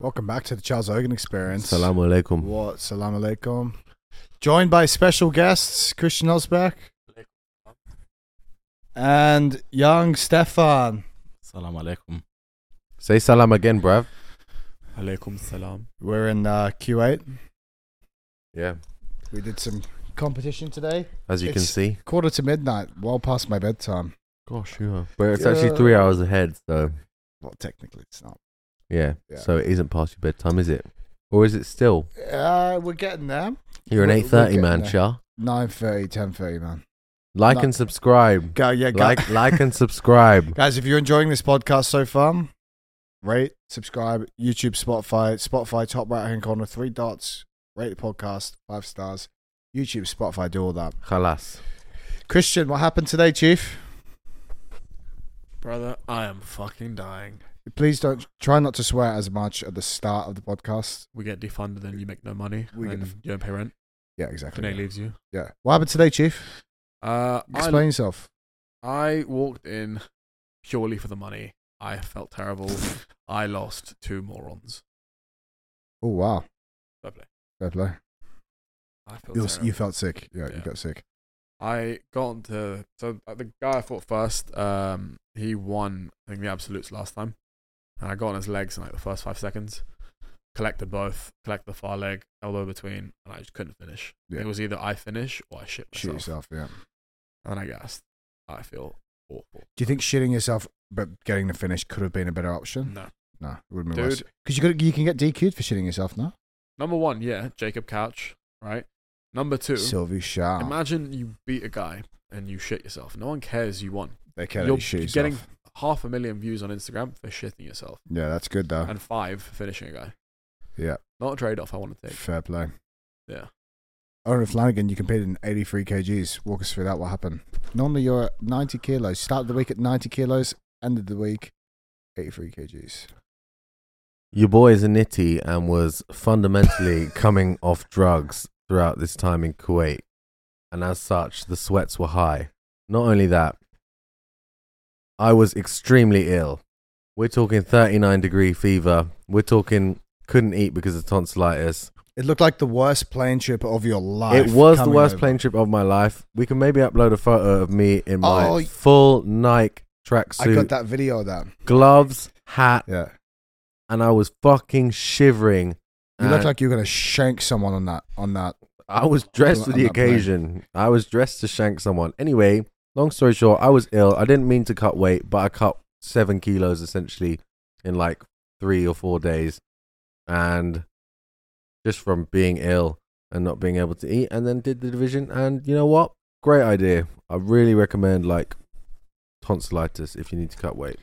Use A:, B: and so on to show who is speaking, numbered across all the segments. A: Welcome back to the Charles Hogan Experience.
B: Salam alaikum.
A: What? Salam alaikum. Joined by special guests Christian Osbeck and young Stefan.
C: Salam alaikum.
B: Say salam again, bruv.
C: Alaikum salam.
A: We're in uh, Q8.
B: Yeah.
A: We did some competition today.
B: As you can
A: It's-
B: see.
A: Quarter to midnight, well past my bedtime.
B: Gosh, yeah. But it's actually three
A: Yeah.
B: hours ahead, so
A: Well, technically, it's not.
B: yeah.
A: Yeah.
B: So it isn't past your bedtime, is it? Or is it still?
A: Uh, we're getting there.
B: You're
A: We're-
B: an
A: we're
B: eight thirty
A: getting
B: man,
A: there.
B: Shah.
A: 9.30, 10.30, man.
B: Like
A: No.
B: and subscribe.
A: Go, yeah, go.
B: Like like and subscribe.
A: Guys, if you're enjoying this podcast so far, rate, subscribe, YouTube, Spotify, Spotify, top right hand corner, three dots, rate the podcast, five stars, YouTube, Spotify, do all that.
B: Khalas.
A: Christian, what happened today, Chief?
C: Brother, I am fucking dying.
A: Please don't try not to swear as much at the start of the podcast.
C: We get defunded and you make no money.
A: We get
C: and
A: def-
C: you don't pay rent.
A: Yeah, exactly.
C: Kane leaves you.
A: Yeah. What happened today, Chief?
C: Uh,
A: Explain
C: I,
A: yourself.
C: I walked in purely for the money. I felt terrible. I lost two morons.
A: Oh wow,
C: Fair play.
A: fair play.
C: I felt
A: You,
C: terrible.
A: you felt sick. Yeah, you
C: Yeah.
A: got sick.
C: I got into so uh, the guy I fought first. Um, he won I think the absolutes last time, and I got on his legs in like the first five seconds. Collected both, collected the far leg, elbow between, and I just couldn't finish.
A: Yeah.
C: It was either I finish or I shit
A: Shit
C: myself.
A: yourself. Yeah.
C: And I gassed. I feel awful.
A: Do you think shitting yourself but getting the finish could have been a better option?
C: No,
A: No, it would have been worse.
C: Mm. dude.
A: Because you got you can get DQ'd for shitting yourself now.
C: Number one, yeah, Jacob Couch, right? Number two,
A: Sylvie Sharp.
C: imagine you beat a guy and you shit yourself. No one cares you won.
A: they can't
C: you're
A: really shit
C: getting-
A: yourself.
C: Half a million views on Instagram for shitting yourself,
A: Yeah, that's good though.
C: and five for finishing a guy.
A: Yeah,
C: Not a trade off I want to take.
A: fair play.
C: Yeah.
A: Owen Flanagan, you competed in 83 kgs. Walk us through that. What happened? Normally you're at 90 kilos. Started the week at 90 kilos. Ended the week 83 kgs.
B: Your boy is a nitty and was fundamentally coming off drugs throughout this time in Kuwait. And as such, the sweats were high. Not only that, I was extremely ill. We're talking 39 degree fever. We're talking couldn't eat because of tonsillitis.
A: It looked like the worst plane trip of your life.
B: it was the
A: coming
B: worst
A: over.
B: plane trip of my life. We can maybe upload a photo of me in my
A: Oh, y-
B: full Nike
A: I got
B: tracksuit,
A: that video of that.
B: gloves, hat,
A: Yeah.
B: and I was fucking shivering.
A: You looked
C: Uh,
B: and-
A: like you were gonna shank someone on that on that.
B: I was dressed for
A: I'm
B: the
A: not playing.
B: occasion. I was dressed to shank someone. Anyway, long story short, I was ill. I didn't mean to cut weight, but I cut seven kilos essentially in like three or four days. And just from being ill and not being able to eat, and then did the division. And you know what? Great idea. I really recommend like tonsillitis if you need to cut weight.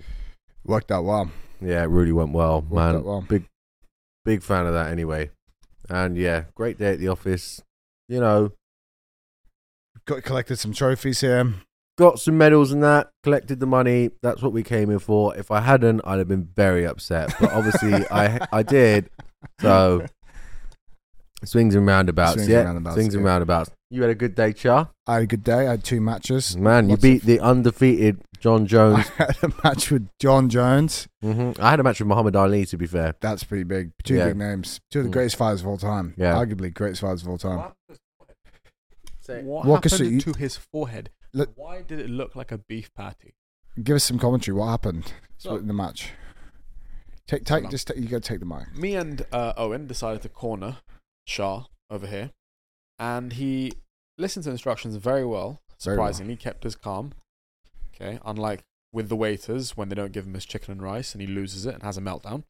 A: Worked out well.
B: Yeah, it really went well,
A: Worked
B: man
A: out well.
B: big fan of that anyway. And yeah, great day at the office. You know,
A: Got collected some trophies here.
B: got some medals and that, collected the money. That's what we came in for. If I hadn't, I'd have been very upset. But obviously, I I did. So swings and roundabouts.
A: Swings and
B: yeah,
A: roundabouts,
B: swings and
A: yeah.
B: roundabouts. You had a good day, Char.
A: I had a good day. I had two matches.
B: Man,
A: Lots
B: you
A: of-
B: beat the undefeated John
A: I
B: Jones.
A: had a match with John Jones.
B: hmm I had a match with Muhammad Ali. To be fair,
A: That's pretty big. Two
B: Yeah.
A: big names. Two of the
B: Mm.
A: greatest fighters of all time.
B: Yeah.
A: Arguably greatest fighters of all time.
C: What
A: Walk us
C: happened
A: through-
C: to his forehead?
A: Look-
C: Why did it look like a beef patty?
A: Give us some commentary. What happened
C: So-
A: in the match? Take, take,
C: on.
A: just take, you gotta take the mic.
C: Me and uh, Owen decided to corner Shah over here, and he listened to instructions very well.
A: Very well.
C: Surprisingly, kept his calm. Okay, unlike with the waiters when they don't give him his chicken and rice and he loses it and has a meltdown.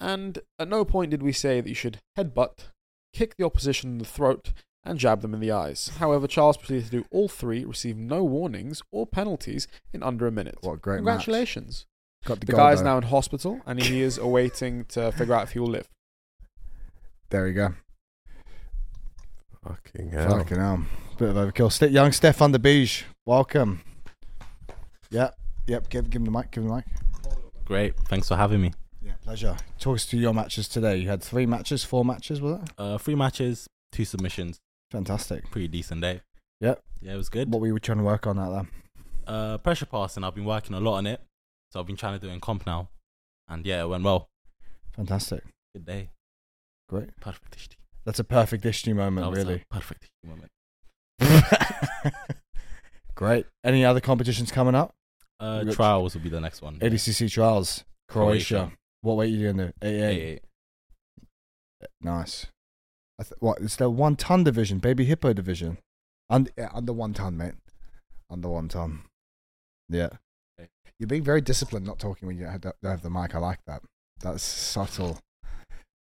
C: And at no point did we say that you should headbutt, kick the opposition in the throat, and jab them in the eyes. However, Charles proceeded to do all three, receive no warnings or penalties in under a minute.
A: What a great match.
C: Congratulations.
A: Got
C: The
A: gold,
C: guy's
A: though.
C: now in hospital and he is awaiting to figure out if he will live.
A: There you go.
B: fucking hell.
A: Fucking hell. Bit of overkill. Ste- young Stefan de Beige. Welcome. Yeah. Yep. Give, give him the mic. Give him the mic.
D: Great. Thanks for having me.
A: Yeah. Pleasure. Talk us through your matches today. You had three matches, four matches, was it?
D: Uh, three matches, two submissions.
A: Fantastic.
D: Pretty decent day.
A: Yep.
D: Yeah, it was good.
A: What we were trying to work on out there.
D: Uh, pressure passing. I've been working a lot on it, so I've been trying to do it in comp now, and yeah, it went well.
A: Fantastic.
D: Good day.
A: Great.
D: Perfect dish.
A: That's a perfect Ishni moment,
D: That was a
A: really.
D: Perfect dish moment.
A: Great. Any other competitions coming up?
D: Uh,
A: Rich.
D: trials will be the next one.
A: ADCC trials, Croatia. What weight are you going to do? 88.
D: Eight.
A: Nice. I th- what? It's the one ton division, baby hippo division. Und- yeah, under one ton, mate. Under one ton. Yeah.
D: Okay.
A: You're being very disciplined not talking when you have, don't have the mic. I like that. That's subtle.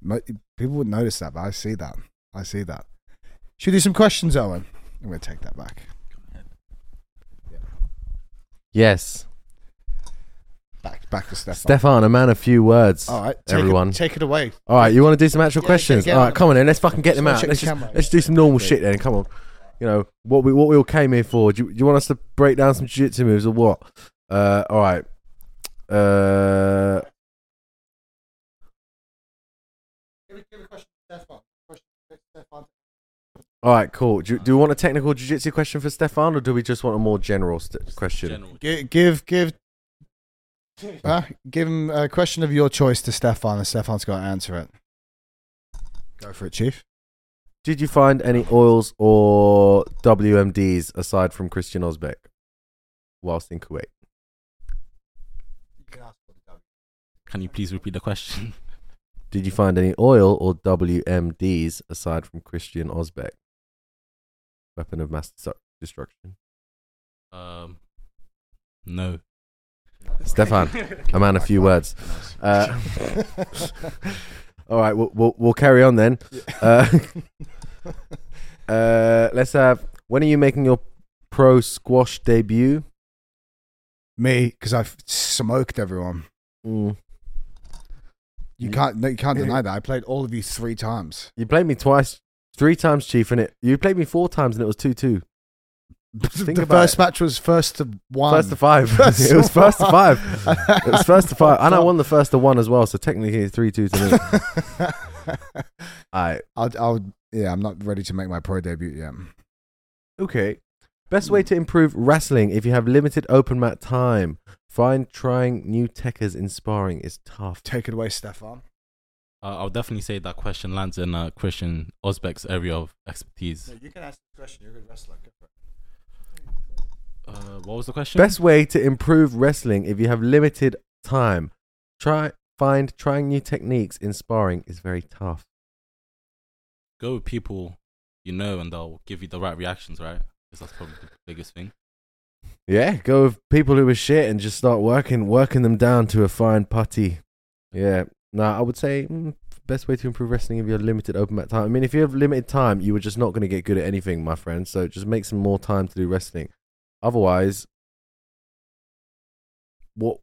A: Mo- people would notice that, but I see that. I see that. Should we do some questions, Owen? I'm going to take that back.
B: Yes.
A: Back back to Stefan.
B: Stefan, a man of few words.
A: All right. Take
B: everyone.
A: It, take it away.
B: All right, you want to do some actual
A: Yeah,
B: questions?
A: get- get
B: All
A: on
B: right,
A: it.
B: come on then. Let's fucking get them
A: Just
B: out.
A: check
B: Let's
A: the
B: just,
A: camera.
B: let's do some normal shit then. Come on. You know what we what we all came here for. Do you, do you want us to break down some jiu-jitsu moves or what? Uh, all right. Uh, all right, cool. Do, you- do we want a technical jiu-jitsu question for Stefan, or do we just want a more general st- question?
D: General.
A: Give give give, uh, give him a question of your choice to Stefan, and Stefan's got to answer it. Go for it, Chief.
B: Did you find any oils or WMDs aside from Christian Osbeck whilst in Kuwait?
D: Can you please repeat the question?
B: Did you find any oil or WMDs aside from Christian Osbeck? Weapon of mass destruc- destruction.
D: Um, no.
B: Stefan, a man of few words. Uh, all right, we'll, we'll, we'll carry on then. Uh, uh, let's have. When are you making your pro squash debut?
A: Me, because I've smoked everyone. You
B: Mm. You-
A: can't no, you can't
B: you-
A: deny that. I played all of you three times.
B: You played me twice, three times, Chief, and it. You played me four times, and it was two two. Think
A: the
B: about
A: first match was first to one.
B: First to five.
A: First
B: it was first to five. It was first to five, and I
A: Fucked
B: won the first to one as well. So technically, it's three two to me.
A: up.
B: All right.
A: I'll, I'll yeah, I'm not ready to make my pro debut yet.
B: Okay. Best way to improve wrestling if you have limited open mat time. Find trying new tekkers in sparring is tough.
A: Take it away, Stefan.
D: Uh, I'll definitely say that question lands in uh, Christian Osbeck's area of expertise.
A: you can ask the question. You're a good wrestler.
D: Uh, what was the question?
B: Best way to improve wrestling if you have limited time. Try find trying new techniques in sparring is very tough.
D: Go with people you know, and they'll give you the right reactions, right? Because that's probably the biggest thing.
B: Yeah, go with people who are shit and just start working working them down to a fine putty. Yeah. Nah, I would say mm, best way to improve wrestling if you have limited open mat time. I mean, if you have limited time, you are just not going to get good at anything, my friend. So just make some more time to do wrestling. Otherwise, what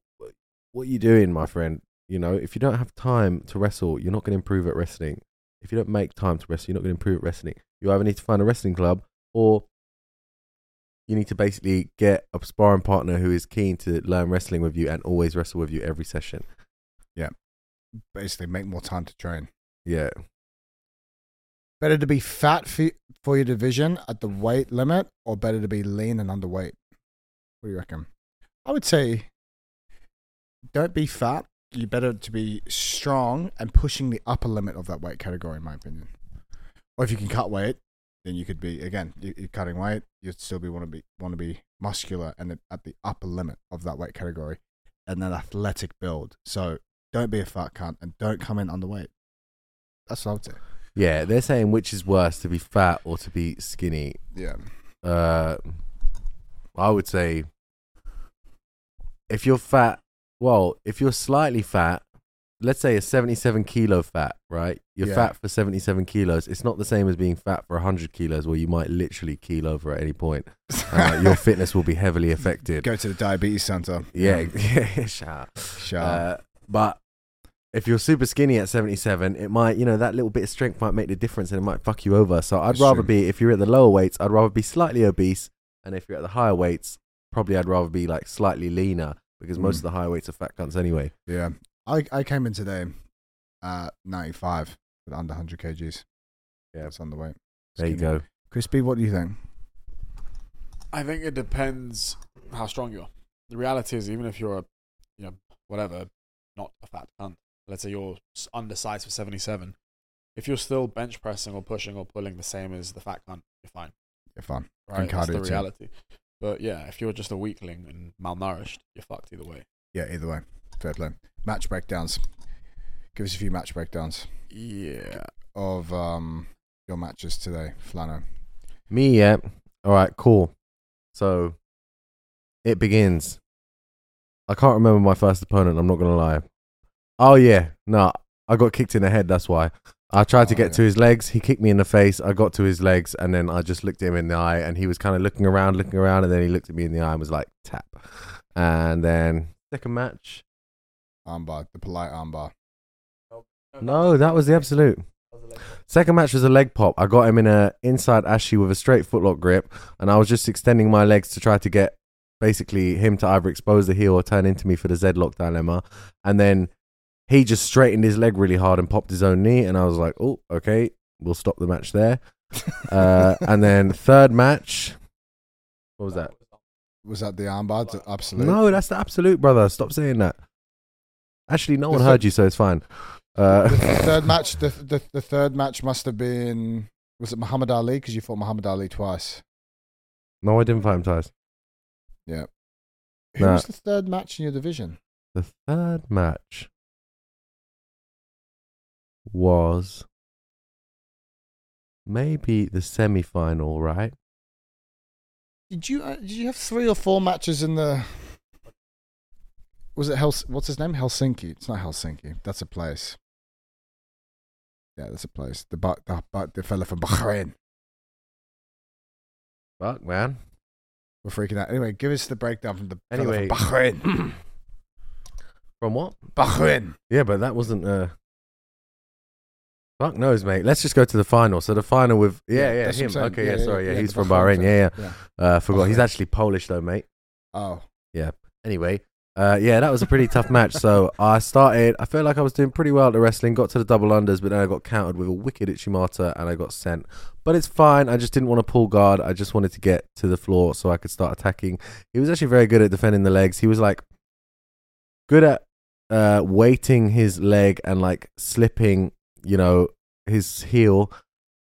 B: what you doing, my friend? You know, if you don't have time to wrestle, you're not going to improve at wrestling. If you don't make time to wrestle, you're not going to improve at wrestling. You either need to find a wrestling club or you need to basically get a sparring partner who is keen to learn wrestling with you and always wrestle with you every session.
A: Basically, make more time to train.
B: Yeah.
A: Better to be fat fe- for your division at the weight limit, or better to be lean and underweight? What do you reckon? I would say don't be fat. You better to be strong and pushing the upper limit of that weight category, in my opinion. Or if you can cut weight, then you could be again. You, you're cutting weight. You'd still be want to be want to be muscular and at the upper limit of that weight category, and an athletic build. So don't be a fat cunt and don't come in underweight. That's what I would say.
B: Yeah, they're saying which is worse to be fat or to be skinny.
A: Yeah.
B: Uh I would say if you're fat, well, if you're slightly fat, let's say a 77 kilo fat, right? You're
A: Yeah.
B: fat for 77 kilos. It's not the same as being fat for 100 kilos where you might literally keel over at any point. Uh, your fitness will be heavily affected.
A: Go to the diabetes center. Mm,
B: Yeah, yeah, shout out.
A: Shout out.
B: Uh, but if you're super skinny at 77, it might, you know, that little bit of strength might make the difference and it might fuck you over. So I'd
A: That's
B: rather
A: true.
B: be, if you're at the lower weights, I'd rather be slightly obese. And if you're at the higher weights, probably I'd rather be like slightly leaner because most
A: Mm.
B: of the higher weights are fat cunts anyway.
A: Yeah. I, I came in today uh 95 with under 100 kgs.
B: Yeah.
A: That's underweight.
B: There you
A: Skinny.
B: go.
A: Crispy, what do you think?
C: I think it depends how strong you are. The reality is, even if you're a, you know, whatever, not a fat cunt, let's say you're s- undersized for 77, if you're still bench pressing or pushing or pulling the same as the fat cunt, you're fine.
A: You're fine.
C: Right? That's
A: cardio
C: the
A: too.
C: reality. But yeah, if you're just a weakling and malnourished, you're fucked either way.
A: Yeah, either way. Fair play. Match breakdowns. Give us a few match breakdowns
C: Yeah.
A: of um your matches today, Flano.
B: Me, yeah. All right, cool. So it begins. I can't remember my first opponent. I'm not gonna lie. Oh yeah, no, I got kicked in the head. That's why. I tried to
A: Oh,
B: get
A: yeah.
B: to his legs. He kicked me in the face. I got to his legs, and then I just looked him in the eye, and he was kind of looking around, looking around, and then he looked at me in the eye and was like, "Tap." And then second match.
A: Armbar, the polite armbar.
B: No, that was the absolute. Second match was a leg pop. I got him in a inside ashy with a straight footlock grip, and I was just extending my legs to try to get basically him to either expose the heel or turn into me for the Z lock dilemma. And then he just straightened his leg really hard and popped his own knee, and I was like, "Oh, okay, we'll stop the match there." Uh, and then third match, what was that?
A: was that the armbar? The absolute.
B: No, that's the absolute brother. Stop saying that. Actually, no
A: The
B: one
A: thir-
B: heard you, so it's fine. Uh,
A: The third match. The, the the third match must have been. Was it Muhammad Ali? Because you fought Muhammad Ali twice.
B: no, I didn't fight him twice.
A: Who
B: Nah.
A: was the third match in your division?
B: The third match was maybe the semi final, right?
A: Did you uh, did you have three or four matches in the? Was it Hels? What's his name? Helsinki. It's not Helsinki. That's a place. Yeah, that's a place. The but the, but the fella from Bahrain.
B: Fuck, man.
A: We're freaking out. Anyway, give us the breakdown from the fella
B: Anyway.
A: from Bahrain.
B: From what?
A: Bahrain.
B: Yeah, but that wasn't. Uh... Fuck knows, mate. Let's just go to the final. So the final with. Yeah, yeah,
A: that's what I'm
B: him.
A: saying.
B: Okay, yeah, sorry. Yeah, he's
A: the
B: from Bahrain. Yeah, yeah.
A: fella. yeah.
B: Uh, forgot. He's
A: Bahrain.
B: actually Polish, though, mate.
A: Oh,
B: anyway, uh, yeah, that was a pretty tough match. So I started. I felt like I was doing pretty well at the wrestling. Got to the double unders, but then I got countered with a wicked Ichimata, and I got sent. But it's fine. I just didn't want to pull guard. I just wanted to get to the floor so I could start attacking. He was actually very good at defending the legs. He was like good at uh, weighting his leg and like slipping, you know, his heel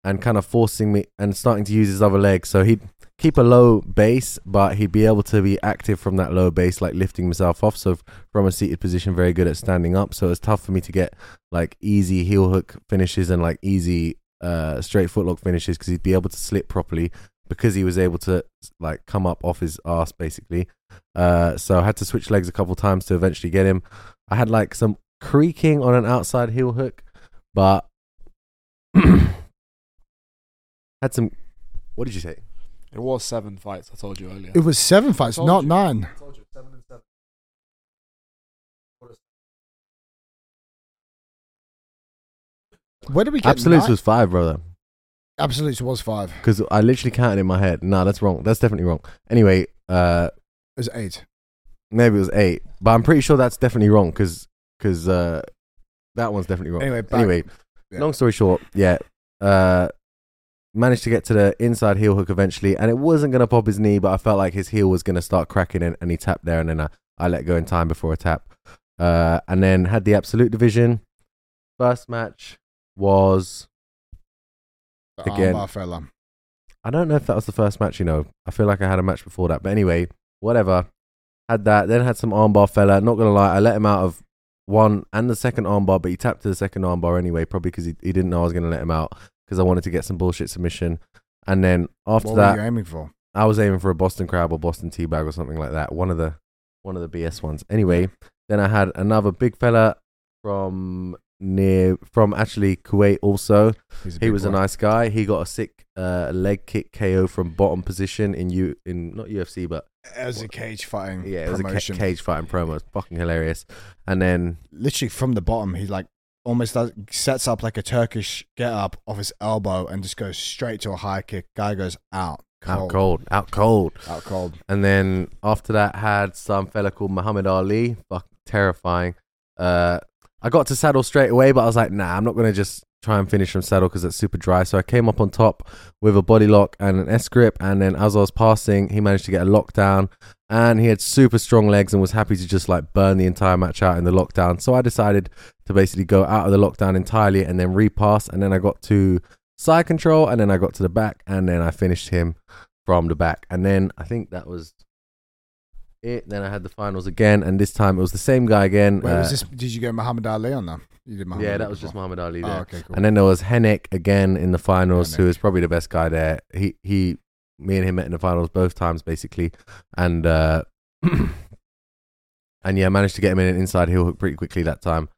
B: and kind of forcing me and starting to use his other leg. So he'd keep a low base, but he'd be able to be active from that low base, like lifting himself off. So f- from a seated position, very good at standing up. So it's tough for me to get like easy heel hook finishes and like easy uh, straight footlock finishes because he'd be able to slip properly because he was able to like come up off his ass basically. Uh, so I had to switch legs a couple times to eventually get him. I had like some creaking on an outside heel hook, but had some. What did you say?
C: It was seven fights, I told you earlier.
A: it was seven fights,
C: told
A: not
C: you.
A: nine. Where did we get
B: Absolutes
A: nine?
B: was five, brother.
A: Absolutes was five. It
B: Because I literally counted in my head. Nah, that's wrong. That's definitely wrong. Anyway, uh,
A: was eight.
B: maybe it was eight, but I'm pretty sure that's definitely wrong. Because because uh, that one's definitely wrong.
A: Anyway, back-
B: anyway,
A: yeah.
B: long story short, yeah, uh, managed to get to the inside heel hook eventually, and it wasn't gonna pop his knee, but I felt like his heel was gonna start cracking in, and he tapped there, and then I, I let go in time before a tap, uh, and then had the absolute division. First match was
A: The
B: Again.
A: armbar fella.
B: I don't know if that was the first match, you know. I feel like I had a match before that. But anyway, whatever. Had that, then had some armbar fella. Not going to lie, I let him out of one and the second armbar, but he tapped to the second armbar anyway, probably because he, he didn't know I was going to let him out because I wanted to get some bullshit submission. And then after
A: What
B: that,
A: were you aiming for?
B: I was aiming for a Boston Crab or Boston Teabag or something like that. One of the one of the BS ones. Anyway, then I had another big fella from near from actually Kuwait also
A: He's a
B: he
A: big
B: was a
A: boy.
B: nice guy. He got a sick uh, leg kick KO from bottom position in U in not UFC but
A: as a cage fighting
B: yeah, it was
A: Mm, promotion.
B: a ca- cage fighting promo. It's fucking hilarious. And then
A: Literally from the bottom, he like almost does, sets up like a Turkish get up off his elbow and just goes straight to a high kick. Guy goes out
B: out
A: cold,
B: cold, out cold.
A: out cold.
B: And then after that, had some fella called Muhammad Ali. Fucking terrifying. Uh, I got to saddle straight away, but I was like, nah, I'm not gonna just try and finish from saddle because it's super dry. So I came up on top with a body lock and an S grip. And then as I was passing, he managed to get a lockdown. And he had super strong legs and was happy to just like burn the entire match out in the lockdown. So I decided to basically go out of the lockdown entirely and then repass. And then I got to side control and then I got to the back and then I finished him from the back. And then I think that was it. Then I had the finals again. And this time it was the same guy again.
A: Wait,
B: Uh,
A: was this, did you go Muhammad Ali on that? You did Muhammad
B: yeah,
A: Ali
B: that was just
A: before.
B: Muhammad Ali there.
A: Oh, okay, cool.
B: And then there was Hennick again in the finals, who
A: Hennick.
B: is probably the best guy there. He he, me and him met in the finals both times basically, and uh, and yeah, managed to get him in an inside heel hook pretty quickly that time.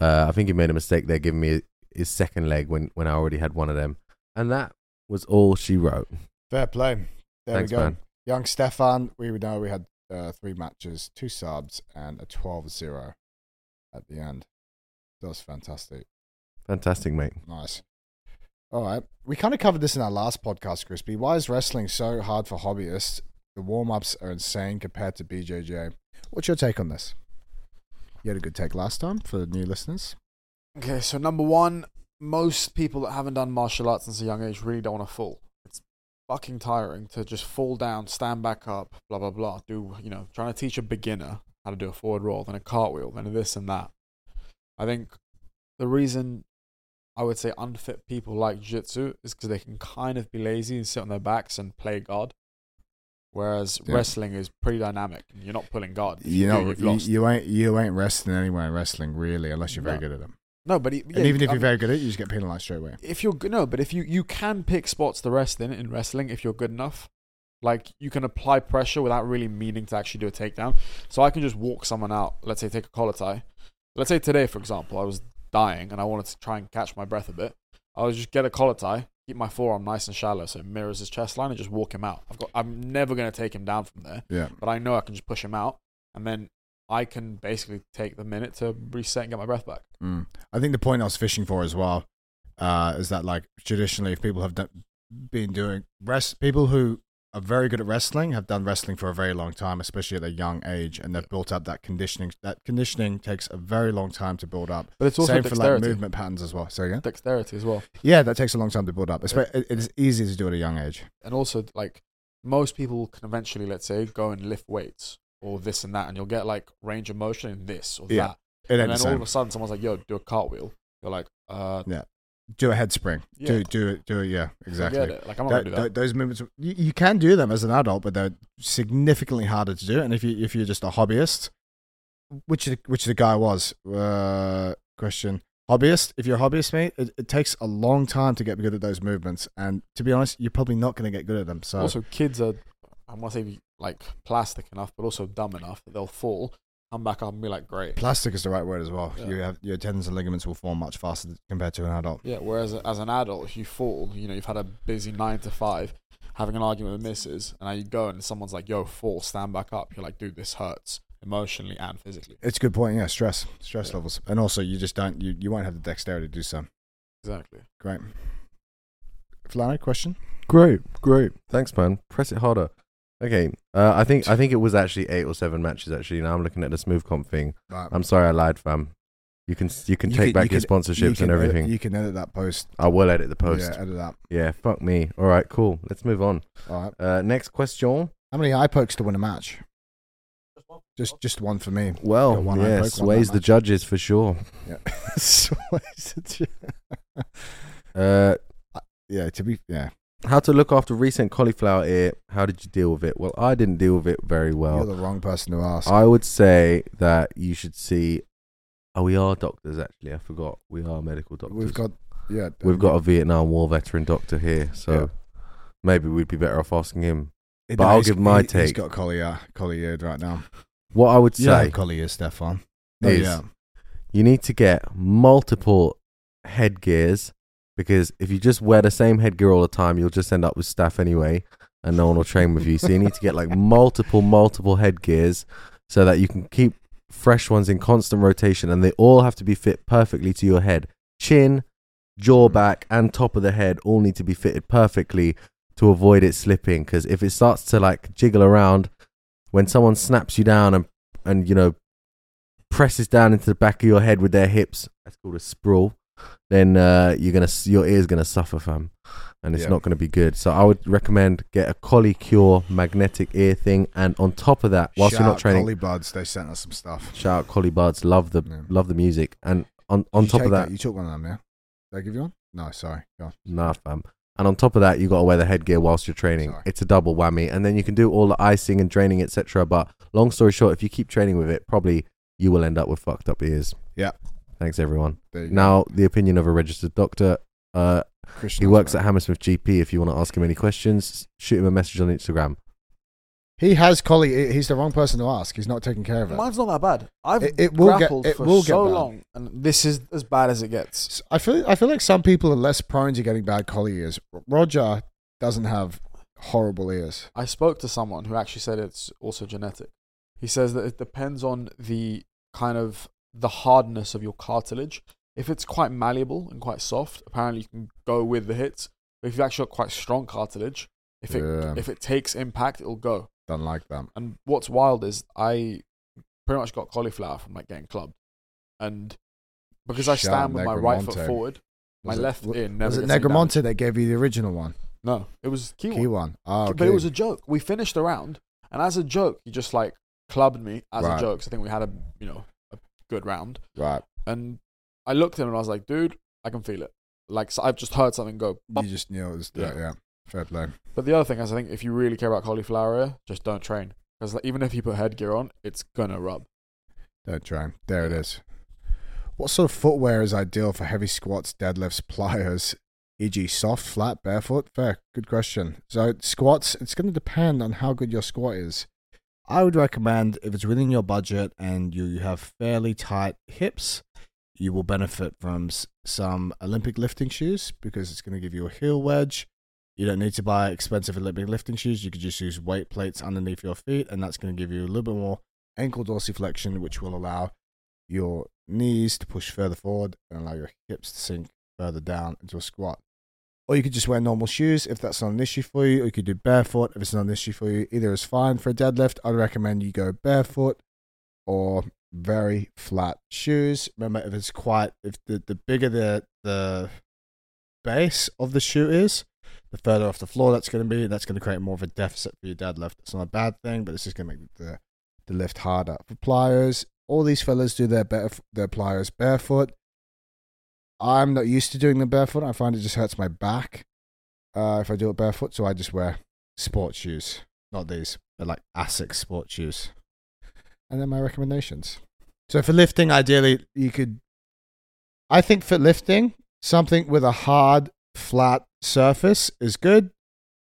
B: Uh, I think he made a mistake there, giving me his second leg when when I already had one of them, and that was all she wrote.
A: Fair play. There
B: Thanks,
A: we go.
B: man.
A: Young Stefan, we would know we had uh, three matches, two subs, and a 12 0 at the end. That was fantastic.
B: Fantastic, mate.
A: Nice. All right. We kind of covered this in our last podcast, Crispy. Why is wrestling so hard for hobbyists? The warm ups are insane compared to BJJ. What's your take on this? You had a good take last time for the new listeners.
C: Okay, so number one, most people that haven't done martial arts since a young age really don't want to fall. It's fucking tiring to just fall down, stand back up, blah blah blah. Do you know, trying to teach a beginner how to do a forward roll, then a cartwheel, then a this and that. I think the reason I would say unfit people like jiu-jitsu is because they can kind of be lazy and sit on their backs and play guard. Whereas
A: Yeah.
C: wrestling is pretty dynamic. You're not pulling guard. If
A: You
C: do,
A: know,
C: you've
A: you,
C: lost.
A: you ain't you ain't wrestling anywhere in wrestling, really, unless you're very
C: No.
A: good at them.
C: no, but e- yeah,
A: and even if
C: I
A: you're
C: mean-
A: very good at it, you just get penalized straight away.
C: if you're good, no, but if you you can pick spots to rest in in wrestling if you're good enough. Like you can apply pressure without really meaning to actually do a takedown. So I can just walk someone out. Let's say take a collar tie. Let's say today, for example, I was dying and I wanted to try and catch my breath a bit. I would just get a collar tie, keep my forearm nice and shallow so it mirrors his chest line, and just walk him out. I've got. I'm never gonna take him down from there,
A: Yeah.
C: but I know I can just push him out, and then I can basically take the minute to reset and get my breath back.
A: Mm. I think the point I was fishing for as well uh, is that like traditionally, if people have done, been doing rest, people who are very good at wrestling have done wrestling for a very long time, especially at a young age, and they've built up that conditioning. That conditioning takes a very long time to build up.
C: But it's also
A: Same for like
C: dexterity,
A: movement patterns as well. So yeah,
C: dexterity as well.
A: yeah, that takes a long time to build up. It's, it it is easy to do at a young age.
C: and also like most people can eventually let's say go and lift weights or this and that and you'll get like range of motion in this or
A: Yeah,
C: that
A: It ain't
C: and
A: the
C: then all of
A: same.
C: a sudden someone's like yo do a cartwheel you're like uh
A: Do a head spring.
C: Yeah.
A: Do do it. Do it. Yeah, exactly.
C: forget it like i'm not
A: Tho-
C: gonna do
A: tho-
C: that
A: those movements you, you can do them as an adult but they're significantly harder to do and if you if you're just a hobbyist which the, which the guy was uh question hobbyist if you're a hobbyist mate it, it takes a long time to get good at those movements and to be honest you're probably not going to get good at them so
C: also kids are i want to say like plastic enough but also dumb enough that they'll fall come back up and be like great
A: plastic is the right word as well
C: Yeah.
A: you have your tendons and ligaments will form much faster compared to an adult
C: yeah whereas as an adult if you fall you know you've had a busy nine to five having an argument with missus and now you go and someone's like yo fall stand back up you're like dude this hurts emotionally and physically
A: it's a good point yeah stress stress
C: Yeah.
A: levels and also you just don't you, you won't have the dexterity to do so
C: exactly
A: great Flana, question
B: Great, great. Thanks, man. Press it harder. Okay, uh, I think I think it was actually eight or seven matches. Actually, now I'm looking at the smooth comp thing.
A: Right.
B: I'm sorry, I lied, fam. You can you can
A: You
B: take
A: can-
B: back
A: you
B: your
A: can-
B: sponsorships
A: You
B: and
A: can edit-
B: everything.
A: you can edit that post.
B: I will edit the post.
A: Yeah, edit that.
B: Yeah. fuck me. All right, cool. Let's move on.
A: All right.
B: Uh, next question.
A: How many eye pokes to win a match? Just just one for me.
B: Well,
A: Got one eye
B: yeah,
A: poke, one
B: sways
A: eye
B: the
A: match.
B: judges for sure.
A: So it's a j-
B: Uh,
A: yeah, to be yeah.
B: how to look after recent cauliflower ear? How did you deal with it? Well, I didn't deal with it very well.
A: You're the wrong person to ask.
B: I would say that you should see. Oh, we are doctors actually. I forgot we are medical doctors.
A: We've got yeah.
B: We've
A: um,
B: got a Vietnam War veteran doctor here, so maybe we'd be better off asking him.
A: it-
B: but I'll
A: he's-
B: give my
A: he- He's
B: take.
A: got collier colliered right now.
B: What I would
A: You don't
B: say,
A: have collier, Stefan.
B: Is- you need to get multiple headgears because if you just wear the same headgear all the time, you'll just end up with staff anyway, and no one will train with you. So you need to get like multiple, multiple headgears so that you can keep fresh ones in constant rotation, and they all have to be fit perfectly to your head, chin, jaw
A: Mm.
B: back, and top of the head. All need to be fitted perfectly to avoid it slipping. Because if it starts to like jiggle around, when someone snaps you down and and you know presses down into the back of your head with their hips. That's called a sprawl. then uh, you're gonna s- your ear's gonna suffer, fam, and it's
A: Yeah.
B: not gonna be good. So I would recommend get a Collie Cure magnetic ear thing, and on top of that, whilst
A: Shout
B: you're not
A: out
B: training,
A: Collie Bloods, they sent us some stuff.
B: shout out Collie Buds, love the
A: Yeah.
B: love the music, and on on
A: You
B: top
A: take
B: of that,
A: you took one of them, yeah. Did I give you one? No, sorry. Go on.
B: Nah, fam. And on top of that, you got to wear the headgear whilst you're training.
A: Sorry.
B: It's a double whammy. And then you can do all the icing and training, etc. But long story short, if you keep training with it, probably you will end up with fucked up ears.
A: Yeah.
B: Thanks, everyone.
A: There you go.
B: Now, the opinion of a registered doctor. Uh,
A: Christian
B: he works at
A: Osman.
B: Hammersmith GP. If you want to ask him any questions, shoot him a message on Instagram.
A: He has collie. He's the wrong person to ask. He's not taking care of it.
C: Mine's not that bad. I've
A: It- it will get-
C: grappled
A: it
C: for
A: will get
C: so
A: bad.
C: long, and this is as bad as it gets.
A: S- I feel I feel like some people are less prone to getting bad collie ears. R- Roger doesn't have horrible ears.
C: I spoke to someone who actually said it's also genetic. He says that it depends on the kind of the hardness of your cartilage. If it's quite malleable and quite soft, apparently you can go with the hits. But if you've actually got quite strong cartilage, if it
A: Yeah.
C: if it takes impact, it'll go.
A: Don't like them.
C: And what's wild is I pretty much got cauliflower from like getting clubbed, and because I
A: Shout
C: stand with my right foot
A: Negromonte.
C: forward, my
A: Was it-
C: left
A: w-
C: ear never
A: Was it
C: gets any
A: Negromonte that gave you the original one?
C: No, it was Kiwi.
A: Key one. Oh,
C: But it
A: Kiwi.
C: was a joke. We finished the round, and as a joke, he just like clubbed me as
A: Right.
C: a joke. So I think we had a you know a good round,
A: right.
C: and I looked at him and I was like, dude, I can feel it. Like so I've just heard something go.
A: You
C: bop.
A: just knew it was yeah.
C: Yeah.
A: yeah. Fair play.
C: But the other thing is, I think if you really care about cauliflower ear, just don't train because like, even if you put headgear on, it's gonna rub.
A: Don't try. There it is. What sort of footwear is ideal for heavy squats, deadlifts, pliers, e.g., soft, flat, barefoot? Fair. Good question. So, squats, it's going to depend on how good your squat is. I would recommend if it's within your budget and you, you have fairly tight hips, you will benefit from s- some Olympic lifting shoes because it's going to give you a heel wedge. You don't need to buy expensive Olympic lifting shoes. You could just use weight plates underneath your feet, and that's going to give you a little bit more ankle dorsiflexion, which will allow your knees to push further forward and allow your hips to sink further down into a squat. Or you could just wear normal shoes if that's not an issue for you, or you could do barefoot if it's not an issue for you. Either is fine for a deadlift. I'd recommend you go barefoot or very flat shoes. Remember, if it's quite, if the, the bigger the, the base of the shoe is, the further off the floor that's going to be, that's going to create more of a deficit for your deadlift. It's not a bad thing, but it's just going to make the the lift harder. For pliers, all these fellas do their bare, their pliers barefoot. I'm not used to doing them barefoot. I find it just hurts my back uh, if I do it barefoot, so I just wear sports shoes. Not these, but like Asics sports shoes. And then my recommendations. So for lifting, ideally, you could. I think for lifting, something with a hard, flat surface is good.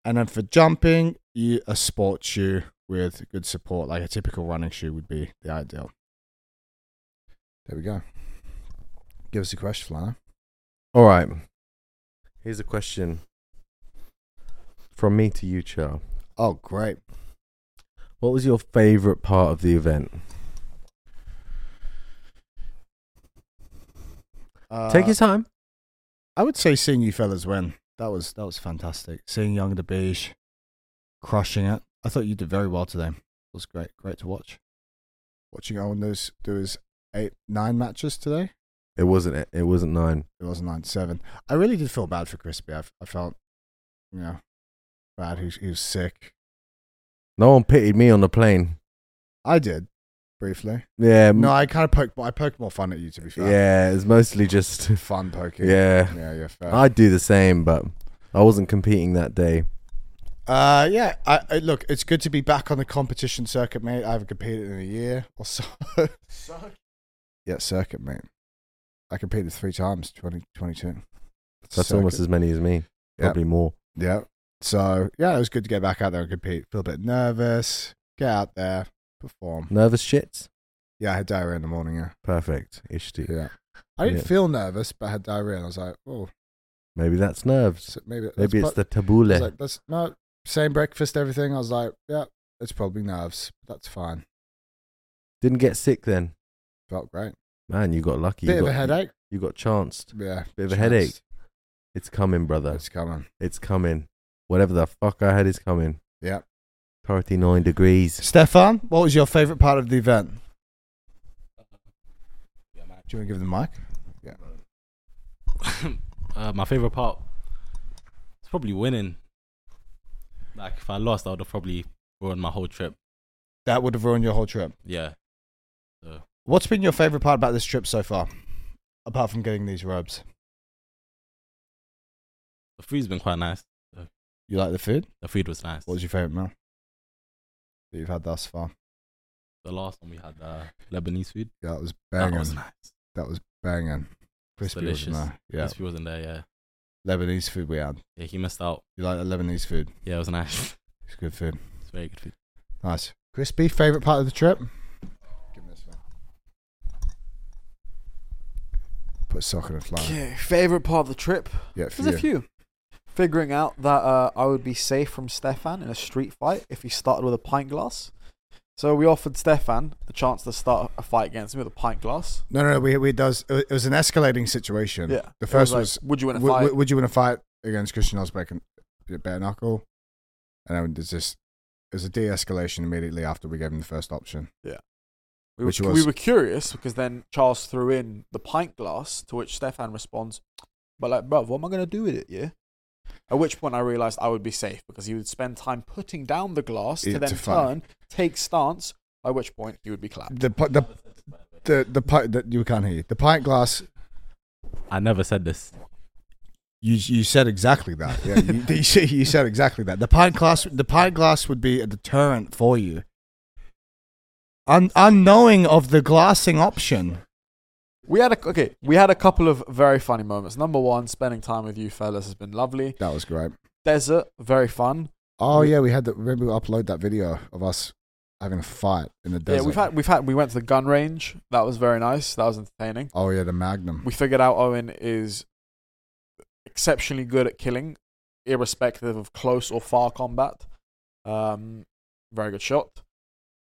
A: And then for jumping, you, a sports shoe with good support, like a typical running shoe, would be the ideal. There we go. Give us a question, Flana.
B: All right. Here's a question from me to you, Char.
A: Oh, great.
B: What was your favorite part of the event?
A: Uh,
B: Take your time.
A: I would say seeing you fellas win. That was that was fantastic. Seeing Young De Beige crushing it. I thought you did very well today. It was great. Great to watch. Watching Owen those do his eight nine matches today.
B: It wasn't. It wasn't nine.
A: It was nine seven. I really did feel bad for Crispy. I, I felt you know bad. He, was- he was sick.
B: No one pitied me on the plane.
A: I did briefly.
B: Yeah. m-
A: No, I kind of poked. I poked more fun at you to be fair.
B: Mm. yeah. It's mostly just.
A: fun poking.
B: Yeah.
A: yeah, yeah. Fair.
B: I'd do the same, but I wasn't competing that day.
A: Uh, yeah. I, I look. It's good to be back on the competition circuit, mate. I haven't competed in a year or so. yeah, circuit, mate. I competed three times, 2022.
B: That's almost as many as me.
A: Yeah.
B: Probably more.
A: yeah. So yeah, it was good to get back out there and compete. Feel a bit nervous. Get out there, perform.
B: Nervous shits.
A: Yeah, I had diarrhea in the morning. Yeah,
B: Perfect. Ishti.
A: yeah. I didn't
B: Yeah.
A: feel nervous, but I had diarrhea, and I was like, oh,
B: Maybe that's nerves.
A: so maybe that's
B: Maybe it's
A: pro-
B: the
A: I
B: tabbouleh.
A: was like, that's no same breakfast, everything. I was like, yeah, it's probably nerves. That's fine.
B: Didn't get sick then.
A: Felt great.
B: Man, you got lucky.
A: Bit
B: you
A: of
B: got,
A: a headache.
B: You got chanced.
A: Yeah.
B: Bit of a
A: chanced.
B: headache. It's coming, brother.
A: It's coming.
B: It's coming. Whatever the fuck I had is coming.
A: Yeah.
B: 39 degrees.
A: Stefan, what was your favorite part of the event?
D: Yeah, man.
A: Do you want to give them the mic? Yeah.
D: uh, my favorite part is probably winning. Like if I lost, I would have probably ruined my whole trip.
A: That would have ruined your whole trip.
D: Yeah,
A: What's been your favorite part about this trip so far? Apart from getting these robes,
D: the food's been quite nice.
A: you like the food.
D: The food was nice.
A: What was your favorite meal that you've had thus far?
D: the last one we had uh, Lebanese food.
A: Yeah, that was banging.
D: That was nice.
A: banging. Crispy
D: delicious.
A: wasn't there? Yeah,
D: This food wasn't there. Yeah,
A: Lebanese food we had.
D: yeah, he missed out.
A: You like the Lebanese food?
D: Yeah, it was nice.
A: It's good food.
D: it's very good food.
A: Nice. Crispy. Favorite part of the trip? Give me this one. Put a sock in a flower.
C: Okay, favorite part of the trip?
A: Yeah, for
C: There's a
A: you.
C: few. Figuring out that uh, I would be safe from Stefan in a street fight if he started with a pint glass. So we offered Stefan the chance to start a fight against me with a pint glass.
A: No, no, no. We, we does. It was an escalating situation.
C: Yeah.
A: The
C: It
A: first
C: like,
A: was,
C: would you win a
A: w-
C: fight?
A: w- would you want to fight against Christian Osbeck and your bare knuckle? And then there's this. It was a de-escalation immediately after we gave him the first option.
C: we,
A: which
C: were,
A: was-
C: we were curious because then Charles threw in the pint glass, to which Stefan responds, "But like, bruv, what am I gonna do with it? Yeah." At which point I realized I would be safe because he would spend time putting down the glass
A: Yeah,
C: to then
A: to fight.
C: turn, take stance. By which point he would be clapped.
A: The pi- the the the, pi- the you can't hear you. the pint glass.
D: I never said this.
A: You you said exactly that. Yeah, you, you, said- you said exactly that. The pint glass the pint glass would be a deterrent for you. Un- unknowing of the glassing option.
C: We had a okay. We had a couple of very funny moments. Number one, spending time with you fellas has been lovely.
A: That was great.
C: Desert, very fun.
A: Oh yeah, we had that. Remember we upload that video of us having a fight in the desert.
C: Yeah, we've had we've had we went to the gun range. That was very nice. That was entertaining.
A: Oh yeah, the Magnum.
C: We figured out Owen is exceptionally good at killing, irrespective of close or far combat. Um, very good shot.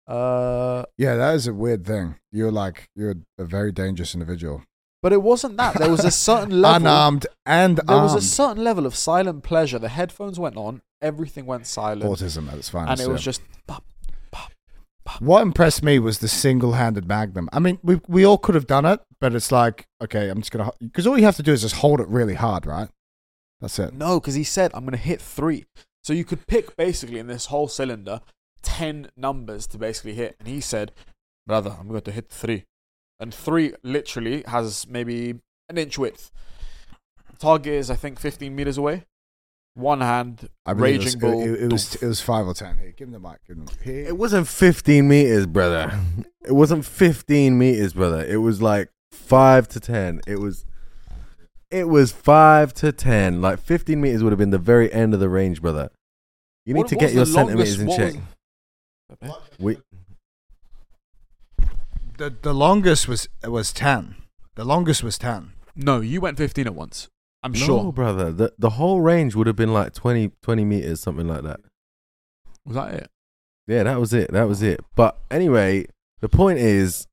C: Uh,
A: yeah, that is a weird thing. You're like you're a very dangerous individual.
C: but it wasn't that. There was a certain level.
A: Unarmed and
C: there was a
A: armed.
C: certain level of silent pleasure. The headphones went on. Everything went silent,
A: autism at its finest.
C: and it
A: yeah.
C: was just
A: What impressed me was the single-handed Magnum. I mean, we we all could have done it, but it's like, okay, I'm just gonna because all you have to do is just hold it really hard, right? That's it.
C: No, because he said I'm gonna hit three. So you could pick basically in this whole cylinder ten numbers to basically hit, and he said, "Brother, I'm going to hit three. and three literally has maybe an inch width. Target is I think 15 meters away. One hand,
A: I believe
C: raging
A: it was,
C: bull.
A: It, it- it was it was five or ten. Here, give him the mic. Give him the mic. Here.
B: It wasn't 15 meters, brother. It wasn't 15 meters, brother. It was like 5 to 10. It was it was 5 to 10. Like 15 meters would have been the very end of the range, brother. You need
C: What-
B: to
C: what's
B: get your
C: the longest-
B: centimeters in
C: what
B: check.
C: was-
B: We,
A: The the longest was was ten. The longest was ten.
C: no, you went 15 at once. I'm
B: no,
C: sure.
B: brother. The, the whole range would have been like 20, 20 meters, something like that.
C: Was that it?
B: Yeah, that was it. That was it. But anyway, the point is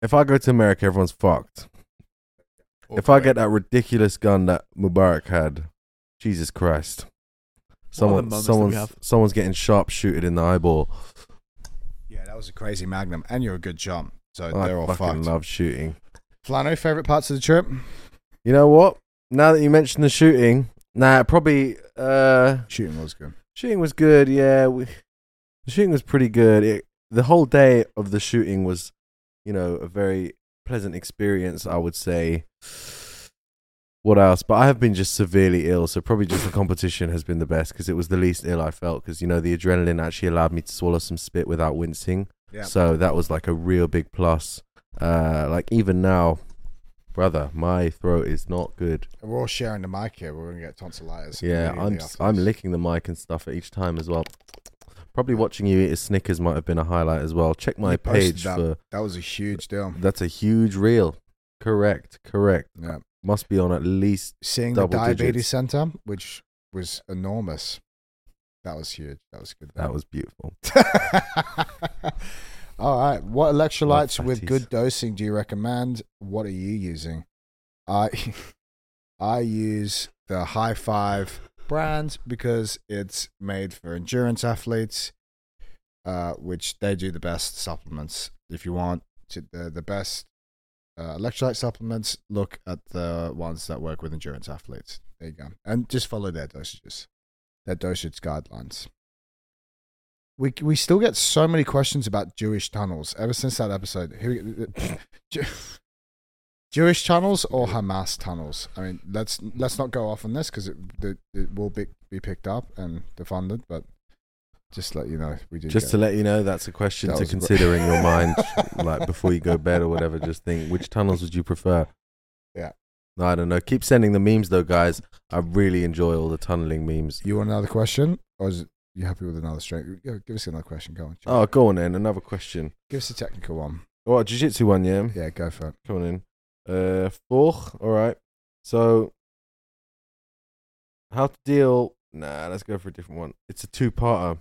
B: if I go to America, everyone's fucked. If I get that ridiculous gun that Mubarak had, Jesus Christ. Someone,
C: moments that we
B: someone's,
C: have?
B: someone's getting sharp shooted in the eyeball.
A: Yeah, that was a crazy Magnum, and you're a good jump. So
B: I
A: they're all
B: fucking
A: fucked.
B: love shooting.
A: Flano, favorite parts of the trip?
B: You know what? Now that you mentioned the shooting, nah, probably uh,
A: Shooting was good.
B: shooting was good. Yeah, we, the shooting was pretty good. It, the whole day of the shooting was, you know, a very pleasant experience. I would say. What else? But I have been just severely ill, so probably just the competition has been the best because it was the least ill I felt. Because you know the adrenaline actually allowed me to swallow some spit without wincing,
A: Yeah.
B: so that was like a real big plus. Uh, like even now, brother, my throat is not good.
A: We're all sharing the mic here. We're gonna get tonsillitis.
B: Yeah,
A: immediately
B: I'm
A: after
B: I'm
A: this.
B: licking the mic and stuff at each time as well. Probably watching you eat a Snickers might have been a highlight as well. Check my
A: You posted
B: page
A: that.
B: for
A: That was a huge deal.
B: that's a huge reel. Correct, correct.
A: Yeah.
B: Must be on at least
A: seeing the
B: Double
A: diabetes
B: digits.
A: center, which was enormous. That was huge. That was good.
B: that was beautiful.
A: All right. What electrolytes
B: Love
A: with
B: fatties.
A: good dosing do you recommend? What are you using? I I use the High Five brand because it's made for endurance athletes, uh, which they do the best supplements. If you want to, the the best uh, electrolyte supplements, look at the ones that work with endurance athletes. There you go. And just follow their dosages, their dosage guidelines. We, we still get so many questions about Jewish tunnels ever since that episode. Here we- Ju- Jewish tunnels or Hamas tunnels? I mean, let's let's not go off on this because it, the- it will be, be picked up and defunded. But just let you know, we do
B: Just
A: get
B: to let you know, that's a question
A: That
B: to
A: was ru-
B: consider in your mind, like before you go bed or whatever. Just think, which tunnels would you prefer?
A: Yeah.
B: I don't know. Keep sending the memes though, guys. I really enjoy all the tunneling memes.
A: You want another question, or is it, you happy with another straight? Yo, give us another question. Go on. Joe.
B: Oh, go on then. Another question.
A: Give us a technical one.
B: Oh, jiu-jitsu one, yeah.
A: Yeah, go for it.
B: coming in. Uh, Forch, all right. So, how to deal? Nah, let's go for a different one. It's a two-parter.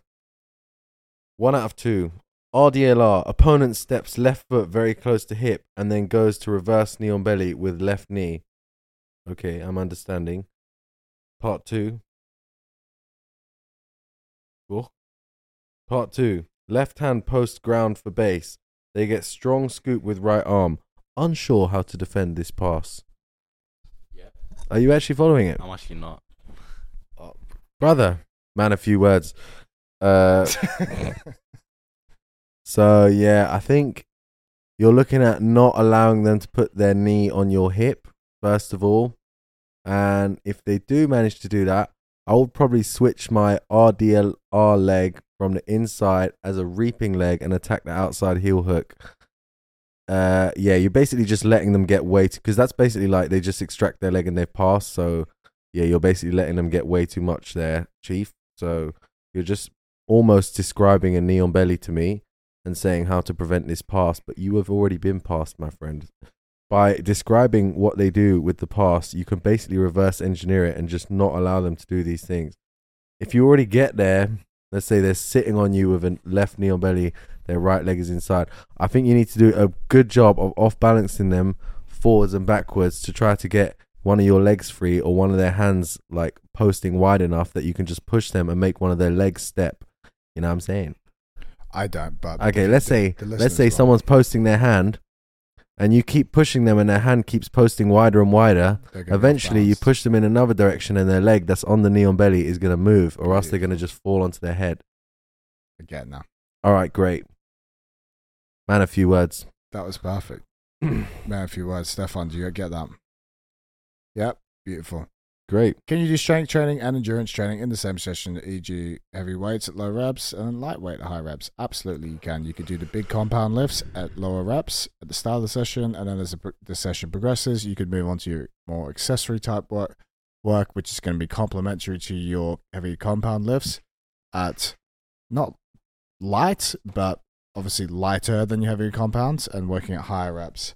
B: One out of two. RDLR. Opponent steps left foot very close to hip and then goes to reverse knee on belly with left knee. Okay, I'm understanding. Part two. Forch. Part two. Left hand post ground for base. They get strong scoop with right arm unsure how to defend this pass.
D: Yeah.
B: Are you actually following it?
D: I'm actually not.
B: Brother, man, a few words. Uh, so, yeah, I think you're looking at not allowing them to put their knee on your hip, first of all. And if they do manage to do that, I would probably switch my RDLR leg from the inside as a reaping leg and attack the outside heel hook. Uh, yeah, you're basically just letting them get way too, because that's basically like they just extract their leg and they pass. So, yeah, you're basically letting them get way too much there, Chief. So, you're just almost describing a knee on belly to me and saying how to prevent this pass, but you have already been passed, my friend. By describing what they do with the pass, you can basically reverse engineer it and just not allow them to do these things. If you already get there, let's say they're sitting on you with a left knee on belly, their right leg is inside. I think you need to do a good job of off balancing them forwards and backwards to try to get one of your legs free or one of their hands like posting wide enough that you can just push them and make one of their legs step. You know what I'm saying?
A: I don't, but
B: Okay, let's say
A: the
B: let's
A: listeners
B: say
A: will.
B: someone's posting their hand, and you keep pushing them, and their hand keeps posting wider and wider.
A: they're gonna be
B: Eventually, you
A: balanced.
B: push them in another direction, and their leg that's on the knee on belly is going to move, or else
A: Yeah.
B: they're going to just fall onto their head.
A: again. Now
B: All right, great. Man, a few words.
A: that was perfect. Man, a few words. Stefan, do you get that? Yep, beautiful.
B: Great.
A: Can you do strength training and endurance training in the same session, e.g., heavy weights at low reps and lightweight at high reps? Absolutely, you can. You could do the big compound lifts at lower reps at the start of the session, and then as the, pro- the session progresses, you could move on to your more accessory type work, work which is going to be complementary to your heavy compound lifts at not light, but obviously lighter than your heavier compounds, and working at higher reps.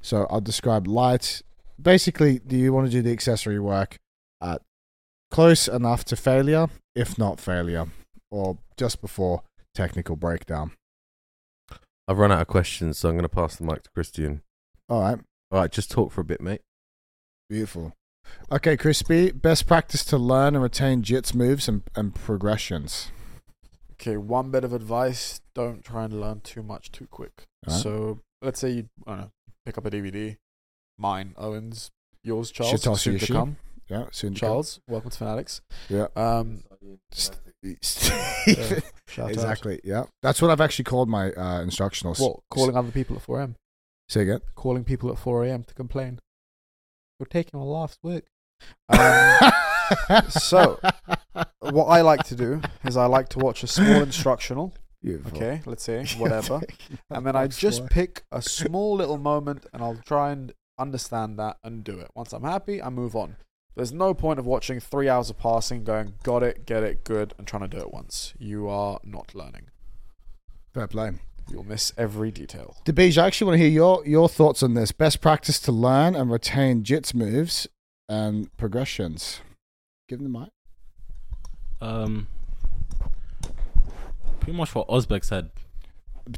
A: So I'll describe light. Basically, do you want to do the accessory work? close enough to failure, if not failure, or just before technical breakdown.
B: I've run out of questions, so I'm going to pass the mic to Christian.
A: All right,
B: All right, just talk for a bit, mate.
A: beautiful. Okay, Crispy, best practice to learn and retain jits moves and, and progressions.
C: Okay, one bit of advice: don't try and learn too much too quick.
A: Alright.
C: So let's say you I don't know, pick up a DVD, mine, Owen's, yours, Charles,
A: Shitoshi
C: soon to
A: Ishii.
C: come,
A: Yeah, soon to
C: Charles, welcome to Fanatics.
A: Yeah.
C: Um,
A: come. Steve.
C: shout exactly.
A: exactly. Yeah, that's what I've actually called my uh, instructional.
C: Out. What calling other people at 4 a.m.
A: Say again.
C: Calling people at 4 a.m. to complain. You're taking my last work. Um, so, what I like to do is I like to watch a small instructional.
A: Beautiful.
C: Okay, let's say whatever. and then I
A: Next
C: just
A: one.
C: pick a small little moment and I'll try and understand that and do it. Once I'm happy, I move on. There's no point of watching three hours of passing, going, got it, get it, good, and trying to do it once. You are not learning.
A: Fair play.
C: You'll miss every detail.
A: Debij, I actually want to hear your, your thoughts on this. Best practice to learn and retain jits moves and progressions. Give them the mic.
D: Um, pretty much what Osbeck said.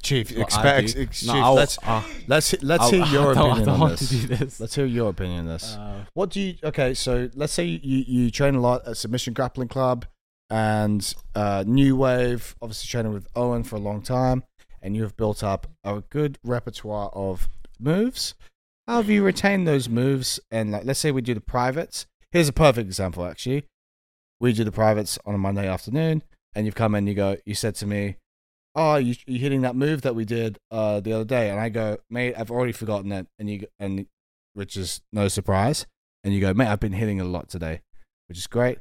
A: Chief,
D: what I uh,
A: expect,
D: do.
A: ex-
D: No,
A: Chief,
D: I'll-
A: let's
D: I'll-
A: let's he- let's
D: I'll-
A: hear your
D: I
A: opinion
D: don't, I don't
A: on
D: want
A: this.
D: to do this.
A: Let's hear your opinion on this.
D: Uh,
A: what do you? Okay, so let's say you you train a lot at Submission Grappling Club and uh, New Wave. Obviously, training with Owen for a long time, and you have built up a good repertoire of moves
E: How have you retained those moves? And like, let's say we do the privates. Here's a perfect example, actually. We do the privates on a Monday afternoon, and you've come in. You go. You said to me, "Oh, you you hitting that move that we did uh, the other day?" And I go, "Mate, I've already forgotten it." And you go- and which is no surprise. And you go, "Mate, I've been hitting a lot today, which is great."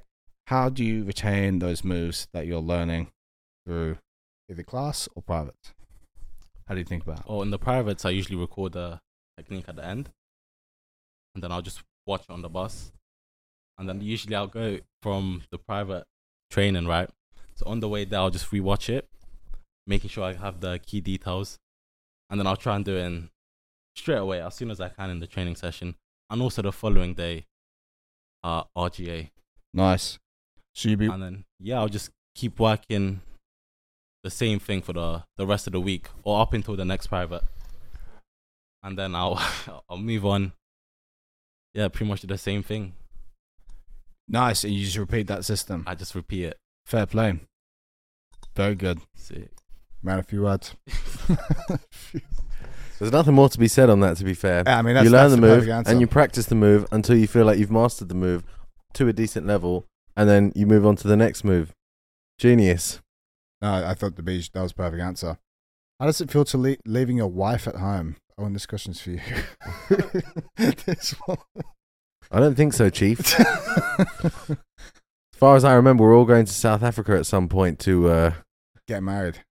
E: How do you retain those moves that you're learning through either class or privates? How do you think about? it?
D: Or oh, in the privates, I usually record the technique at the end, and then I'll just watch it on the bus, and then usually I'll go from the private training right. So on the way there, I'll just rewatch it, making sure I have the key details, and then I'll try and do it in straight away as soon as I can in the training session, and also the following day, uh, RGA,
E: Nice. So you be
D: and then yeah, I'll just keep working the same thing for the the rest of the week or up until the next private, and then I'll I'll move on. Yeah, pretty much the same thing.
E: nice, and you just repeat that system.
D: I just repeat it.
E: Fair play. Very good.
D: Sick.
A: Man, a few words.
B: There's nothing more to be said on that. To be fair,
A: I mean, that's,
B: you learn
A: that's
B: the
A: perfect
B: move
A: answer.
B: and you practice the move until you feel like you've mastered the move to a decent level, and then you move on to the next move. Genius.
A: No, I thought the beach. That was a perfect answer. How does it feel to le- leaving your wife at home? Oh, and this question's for you. this one.
B: I don't think so, Chief. as far as I remember, we're all going to South Africa at some point to, uh,
A: Get married.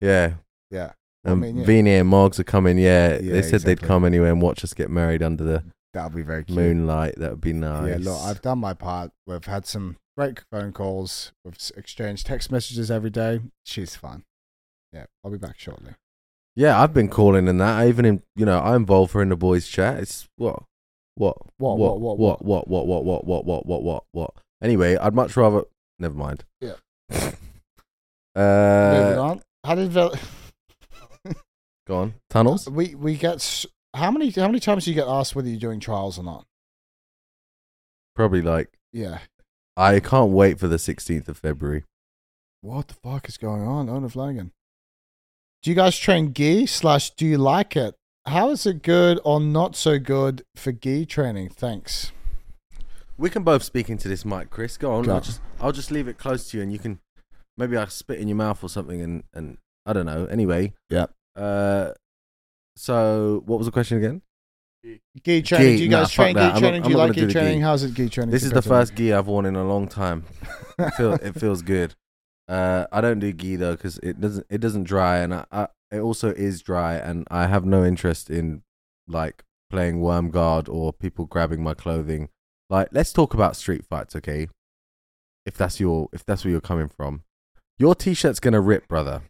B: yeah.
A: Yeah. I
B: And
A: mean, yeah.
B: Vini and Moggs are coming. Yeah,
A: Yeah,
B: they said
A: exactly.
B: they'd come anyway and watch us get married under the
A: That'll be very cute.
B: moonlight. That would be nice.
A: Yeah, look, I've done my part. We've had some great phone calls. We've s- exchanged text messages every day. She's fun. Yeah, I'll be back shortly.
B: Yeah, I've been calling and that. I even, in, you know, I involve her in the boys' chat. It's what, what,
A: What,
B: what,
A: what,
B: what,
A: what,
B: what, what, what, what, what, what, what, what, what, what. Anyway, I'd much rather. Never mind.
A: Yeah. Moving
B: uh,
A: on. How did vel-
B: go on. Tunnels.
A: we we get s- how many how many times do you get asked whether you're doing trials or not?
B: Probably like
A: Yeah.
B: I can't wait for the sixteenth of February.
A: What the fuck is going on? Owen Flanagan. Do you guys train gi slash do you like it? How is it good or not so good for gi training? Thanks.
B: We can both speak into this mic, Chris. Go on.
A: Go.
B: I'll just I'll just leave it close to you, and you can maybe I spit in your mouth or something, and and I don't know. Anyway.
A: Yeah.
B: Uh, so what was the question again?
A: Gi training.
B: Gi,
A: do you
B: nah,
A: guys
B: fuck
A: train
B: that.
A: gi
B: I'm not-
A: training?
B: I'm
A: do you
B: not
A: like
B: gonna
A: gi
B: do the
A: training?
B: gi.
A: How's it gi training?
B: This is the
A: compared to-
B: first gi I've worn in a long time. It feel, it feels good. Uh, I don't do gi though because it doesn't it doesn't dry, and I, I it also is dry, and I have no interest in like playing worm guard or people grabbing my clothing. Like, let's talk about street fights, okay? If that's your if that's where you're coming from, your t-shirt's gonna rip, brother.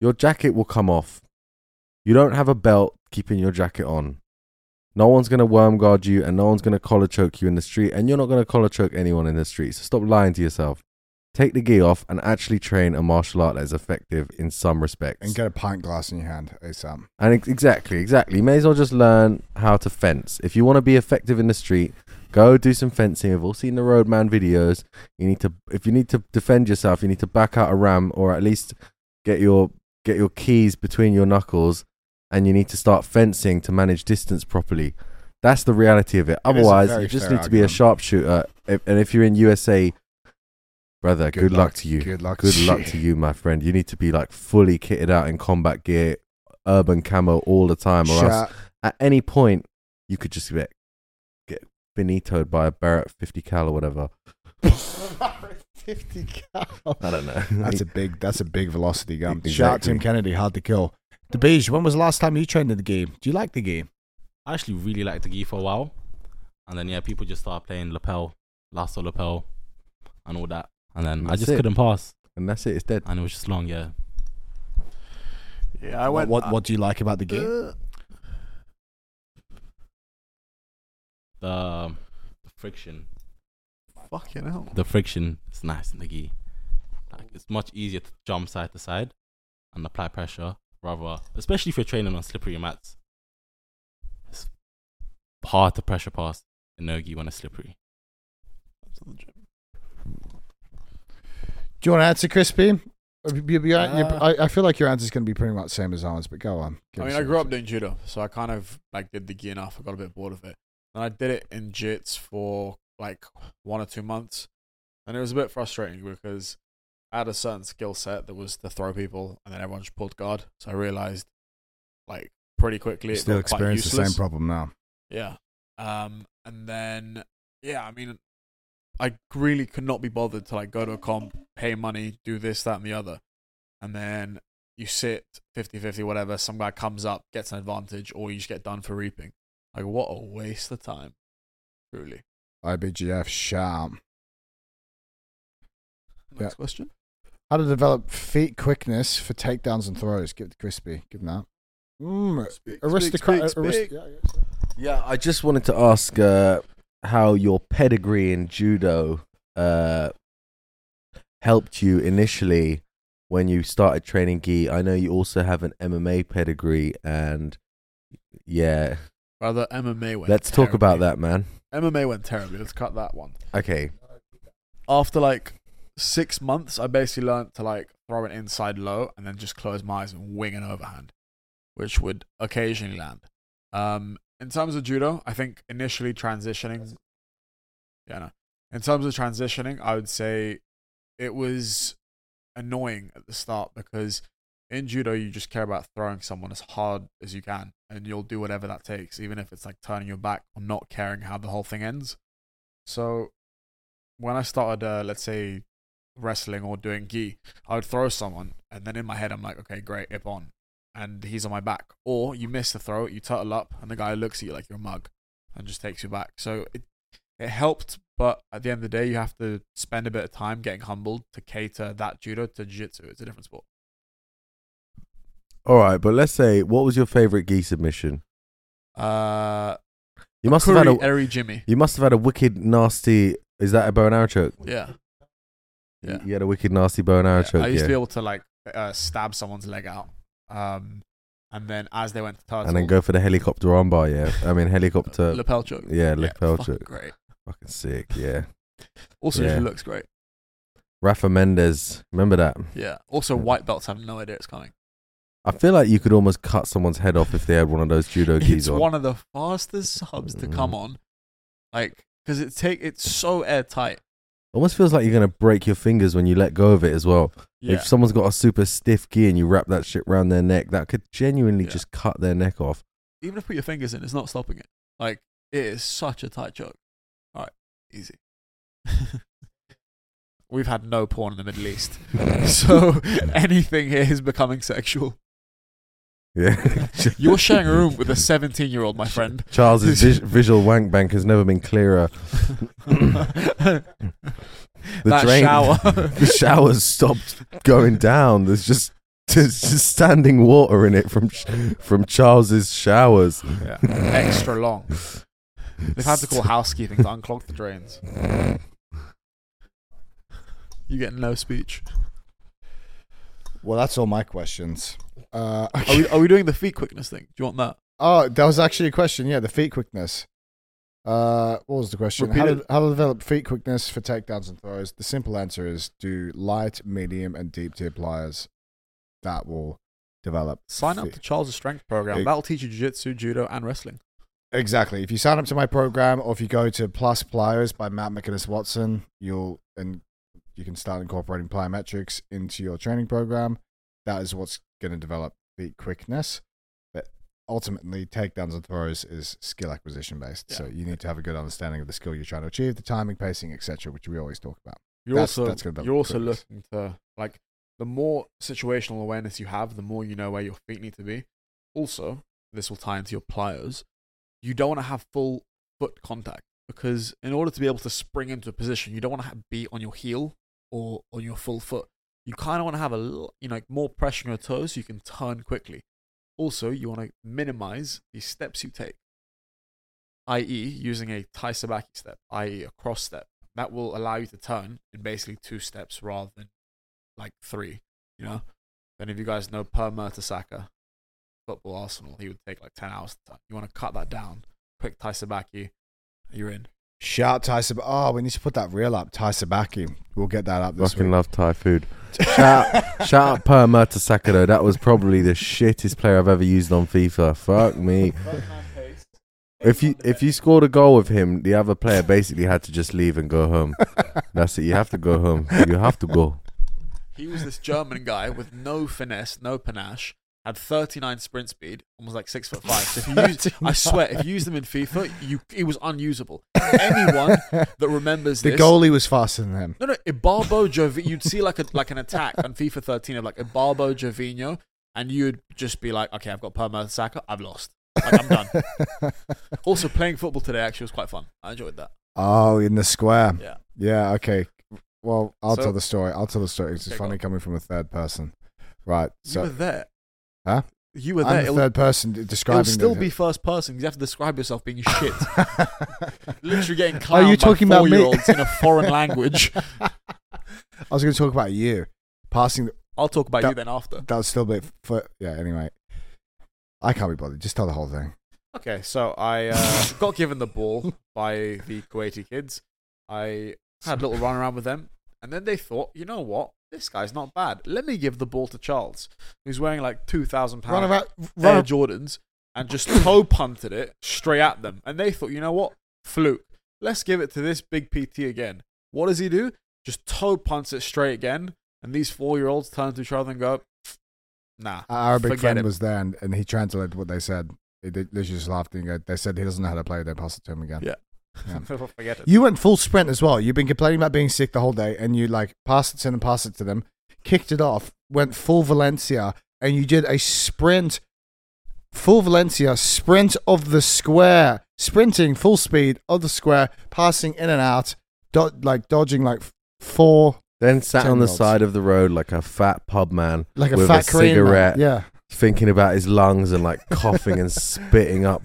B: Your jacket will come off. You don't have a belt keeping your jacket on. No one's gonna worm guard you, and no one's gonna collar choke you in the street, and you're not gonna collar choke anyone in the street. So stop lying to yourself. Take the gi off and actually train a martial art that is effective in some respects.
A: and get a pint glass in your hand ASAP.
B: And ex- exactly, exactly. You may as well just learn how to fence. If you want to be effective in the street, go do some fencing. We've all seen the roadman videos. You need to, if you need to defend yourself, you need to back out a ram, or at least get your get your keys between your knuckles, and you need to start fencing to manage distance properly. That's the reality of it.
A: It is a
B: Otherwise,
A: very
B: you just
A: fair
B: need to be a
A: argument.
B: sharpshooter. If, and if you're in USA, brother, good, luck to you
A: Good luck.
B: good luck to you, my friend. You need to be like fully kitted out in combat gear, urban camo all the time, or else
A: Shut-
B: at any point you could just get get benitoed by a Barrett 50 cal or whatever.
A: Fifty cal.
B: I don't know.
A: That's a big. That's a big velocity gun.
B: Exactly.
A: Shout out Tim Kennedy, hard to kill.
E: The beige. When was the last time you trained in the game? Do you like the game?
D: I actually really liked the gi for a while, and then yeah, people just started playing lapel, lasso lapel, and all that, and then
B: And
D: I
B: that's
D: just
B: it.
D: couldn't pass,
B: and that's it. It's dead.
D: and it was just long. Yeah,
C: Yeah, I
E: What
C: went. uh,
E: what, what do you like about the game?
D: the, the friction,
C: fucking hell.
D: the friction is nice in the gi. Like it's much easier to jump side to side and apply pressure, rather, especially if you're training on slippery mats. It's hard to pressure pass in no gi when it's slippery.
A: Do you want to answer, Crispy? You- you-
C: Uh,
A: you- I, I feel like your answer's going to be pretty much the same as ours, but go on. Give
C: I mean,
A: us
C: I
A: your
C: grew up
A: answer.
C: doing judo, so I kind of like did the gi enough. I got a bit bored of it. Then I did it in jits for like one or two months, and it was a bit frustrating because I had a certain skill set that was to throw people, and then everyone just pulled guard. So I realized, like, pretty quickly,
A: You
C: it
A: still
C: got quite
A: experience the same
C: useless.
A: problem now.
C: Yeah. Um, and then yeah, I mean, I really could not be bothered to like go to a comp, pay money, do this, that, and the other, and then you sit 50-50, whatever. Some guy comes up, gets an advantage, or you just get done for reaping. Like what a waste of time, truly.
A: IBGF sharp.
C: Next question.
A: How to develop feet quickness for takedowns and throws. Give it to Crispy. Give him that. Mm, aristocrat. arist- yeah, yeah.
B: Yeah, I just wanted to ask uh, how your pedigree in judo uh, helped you initially when you started training gi. I know you also have an MMA pedigree, and yeah,
C: Rather MMA went.
B: let's talk about
C: terribly.
B: that, man.
C: MMA went terribly. Let's cut that one.
B: Okay,
C: after like six months, I basically learned to like throw an inside low and then just close my eyes and wing an overhand, which would occasionally land. Um, in terms of judo, I think initially transitioning, yeah, no. In terms of transitioning, I would say it was annoying at the start because in judo you just care about throwing someone as hard as you can and you'll do whatever that takes even if it's like turning your back or not caring how the whole thing ends so when I started, uh, let's say, wrestling or doing gi, I would throw someone, and then in my head, I'm like, okay, great, ip on, and he's on my back. Or you miss the throw, you turtle up, and the guy looks at you like you're a mug, and just takes you back. So it it helped, but at the end of the day, you have to spend a bit of time getting humbled to cater that judo to jiu-jitsu. It's a different sport.
B: all right, but let's say what was your favorite gi submission?
C: Uh,
B: You must have
C: Curry,
B: had a
C: Eri, Jimmy.
B: you must have had a wicked nasty. Is that a bow and arrow choke?
C: Yeah. Yeah.
B: You had a wicked nasty bow and arrow
C: Yeah,
B: choke.
C: I used
B: yeah.
C: to be able to like uh, stab someone's leg out, um, and then as they went to turtle,
B: and then go for the helicopter armbar. Yeah, I mean helicopter.
C: lapel choke.
B: yeah, lapel
C: fucking
B: choke.
C: Great.
B: Fucking sick. Yeah.
C: Also,
B: Yeah.
C: it looks great.
B: Rafa Mendes, remember that?
C: Yeah. Also,
B: Yeah.
C: white belts have no idea it's coming.
B: I feel like you could almost cut someone's head off if they had one of those judo
C: It's
B: gis on. Mm.
C: one of the fastest subs to come on, like because it take it's so airtight.
B: Almost feels like you're gonna break your fingers when you let go of it as well.
C: Yeah.
B: If someone's got a super stiff gi and you wrap that shit round their neck, that could genuinely
C: Yeah.
B: just cut their neck off.
C: Even if you put your fingers in, it's not stopping it. Like it is such a tight choke. All right, easy. We've had no porn in the Middle East, so anything here is becoming sexual.
B: Yeah,
C: You're sharing a room with a 17 year old, my friend.
B: Charles's vis- visual wank bank has never been clearer.
C: that
B: The drain,
C: shower.
B: the shower's stopped going down. There's just there's just standing water in it from sh- from Charles's showers.
C: Yeah, extra long. They've had to call housekeeping to unclog the drains. You get no speech.
A: Well, that's all my questions. Uh,
C: Are we, are we doing the feet quickness thing? Do you want that?
A: Oh, that was actually a question. Yeah, the feet quickness. Uh, what was the question?
C: Repeat
A: How
C: it.
A: to, how to develop feet quickness for takedowns and throws? The simple answer is do light, medium, and deep tier pliers. That will develop.
C: Sign up
A: feet-
C: to Charles' strength program.
A: Hey.
C: That'll teach you jiu-jitsu, judo, and wrestling.
A: Exactly. If you sign up to my program, or if you go to Plus Pliers by Matt McInnes Watson, you'll and you can start incorporating plyometrics into your training program. That is what's going to develop feet quickness. But ultimately, takedowns and throws is skill acquisition based. So
C: Yeah.
A: you need to have a good understanding of the skill you're trying to achieve, the timing, pacing, etc., which we always talk about.
C: You're
A: That's-
C: also
A: that's gonna develop
C: you're also
A: quickness.
C: looking to like the more situational awareness you have, the more you know where your feet need to be. Also, this will tie into your pliers. You don't want to have full foot contact because in order to be able to spring into a position, you don't want to be on your heel or on your full foot. You kind of want to have a little, you know, like more pressure on your toes so you can turn quickly. Also, you want to minimize the steps you take, i.e., E, using a Tai Sabaki step, i.e., a cross step that will allow you to turn in basically two steps rather than like three. You know, if any of you guys know Per Mertesacker, football Arsenal, he would take like ten hours to turn. You want to cut that down. Quick tie sabaki, you're in.
E: Shout out Ty Sab- Oh, we need to put that reel up. Ty Sabaki. We'll get that up this
B: Fucking
E: week.
B: love Thai food. Shout out, shout out Per Mertesacker, That was probably the shittest player I've ever used on FIFA. Fuck me. If you if you scored a goal with him, the other player basically had to just leave and go home. That's it. You have to go home. You have to go.
C: He was this German guy with no finesse, no panache, had 39 sprint speed, and was like six foot five. So if you used, I swear, if you use them in FIFA, you it was unusable. Anyone that remembers
A: The
C: this,
A: goalie was faster than him.
C: no, no, Ibarbo Jovi, you'd see like a like an attack on FIFA 13 of like Ibarbo Jovino, and you'd just be like, okay, I've got Perma Saka, I've lost. Like, I'm done. also, playing football today actually was quite fun. I enjoyed that.
A: Oh, in the square.
C: Yeah.
A: Yeah, okay. Well, I'll
C: So-
A: tell the story. I'll tell the story. It's
C: Okay, go
A: funny
C: on.
A: coming from a third person. Right.
C: you were
A: So
C: there.
A: Huh?
C: You were there.
A: I'm the
C: It'll,
A: third person d- describing
C: it'll still
A: the-
C: be first person 'cause you have to describe yourself being shit. Literally getting
A: Are you
C: clowned
A: Oh, talking
C: by
A: about me?
C: four-year-olds in a foreign language.
A: I was going to talk about you. Passing the,
C: I'll talk about
A: That-
C: you then after.
A: that was still a bit for yeah, anyway. I can't be bothered. Just tell the whole thing.
C: Okay, so I uh, got given the ball by the Kuwaiti kids. I had a little run around with them, and then they thought, you know what, this guy's not bad. Let me give the ball to Charles, who's wearing like two thousand
A: Run
C: pound
A: about
C: Air
A: run
C: Jordans, and just toe punted it straight at them. And they thought, you know what, fluke. Let's give it to this big PT again. What does he do? Just toe punts it straight again, and these four-year-olds turn to each other and go, nah.
A: Our Arabic
C: Forget
A: friend
C: it.
A: was there, and, and he translated what they said. They, they they just laughed and go- they said he doesn't know how to play. They passed it to him again.
C: Yeah.
A: Yeah.
C: Forget it.
A: You went full sprint as well. You've been complaining about being sick the whole day, and you like passed it to them, passed it to them, kicked it off, went full Valencia, and you did a sprint, full Valencia sprint of the square, sprinting full speed of the square, passing in and out, do- like dodging like four,
B: Then sat on the
A: Ten-year-olds.
B: side of the road like a fat pub man,
A: like a
B: With
A: fat
B: a
A: Korean man.
B: cigarette.
A: Yeah,
B: thinking about his lungs and like coughing and spitting up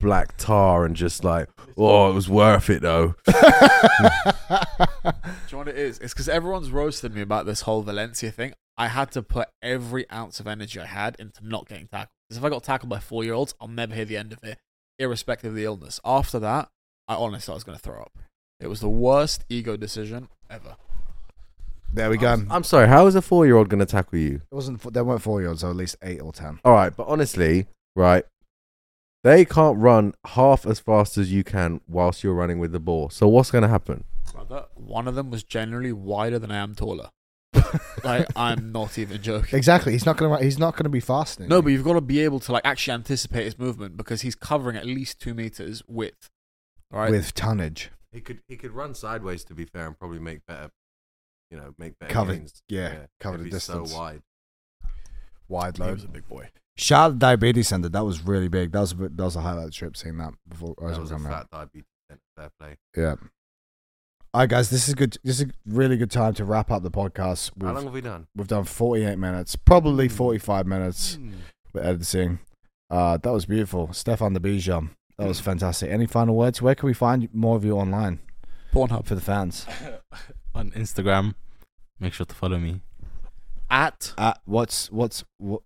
B: black tar and just like, oh, it was worth it though.
C: Do you know what it is? It's because everyone's roasted me about this whole Valencia thing. I had to put every ounce of energy I had into not getting tackled. Because if I got tackled by four year olds, I'll never hear the end of it, irrespective of the illness. After that, I honestly thought I was going to throw up. It was the worst ego decision ever.
A: there we go.
B: I'm, I'm sorry. How is a four-year-old going to tackle you?
A: it wasn't. There weren't four year olds, so at least eight or ten.
B: All right, but honestly, right, they can't run half as fast as you can whilst you're running with the ball. So what's going to happen?
C: Brother, one of them was generally wider than I am taller. Like, I'm not even joking.
A: Exactly. He's not gonna. He's not gonna be fasting.
C: No, but you've got to be able to like actually anticipate his movement because he's covering at least two meters width. All right.
A: with tonnage
B: He could he could run sideways to be fair and probably make better, you know, make better
A: Cover- yeah, cover the
B: if he's
A: distance.
B: So wide.
A: wide
C: he was a
A: load.
C: big boy.
A: Shout out to Diabetes Center. That was really big. That was a bit, that was a highlight trip. Seeing that before I
B: That was a
A: coming
B: fat
A: out.
B: diabetes. then, Fair play.
A: Yeah. All right, guys. This is good. This is a really good time to wrap up the podcast.
B: How long
A: We've,
B: have we done?
A: we've done 48 minutes, probably 45 minutes with editing. Uh, that was beautiful, Stefan de Bijan. That was fantastic. Any final words? Where can we find more of you online
C: Pornhub
A: for the fans?
D: on Instagram. Make sure to follow me.
C: at
A: Uh, what's what's what,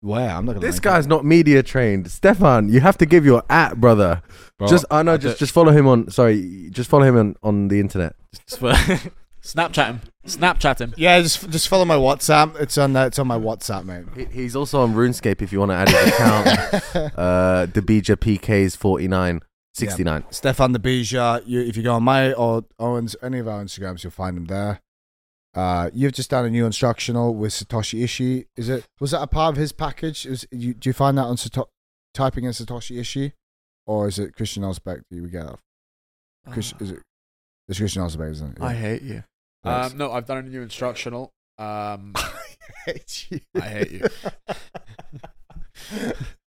A: where? I'm not gonna.
B: This
A: link
B: guy's
A: it.
B: not media trained, Stefan. You have to give your at, brother.
D: Bro,
B: just I know.
D: I
B: Just
D: don't-
B: just follow him on. Sorry, just follow him on on the internet.
D: just for-
C: Snapchat him. Snapchat him.
A: Yeah, just just follow my WhatsApp. It's on uh, it's on my WhatsApp, mate.
B: He, he's also on RuneScape if you want to add his account.
A: Um,
B: uh Debija PK's 49 69
A: Stefan the Bija. You, if you go on my or Owen's, any of our Instagrams, you'll find them there. Uh, you've just done a new instructional with Satoshi Ishii. Is it was that a part of his package? Is you, do you find that on Sato- typing in Satoshi Ishii, or is it Christian Osbeck that you would get off?
C: Ah.
A: Chris, is it? It's Christian Osbeck, isn't it?
C: I hate you.
A: Thanks.
C: Um, no, I've done a new instructional. Um,
A: hate you.
C: I hate you.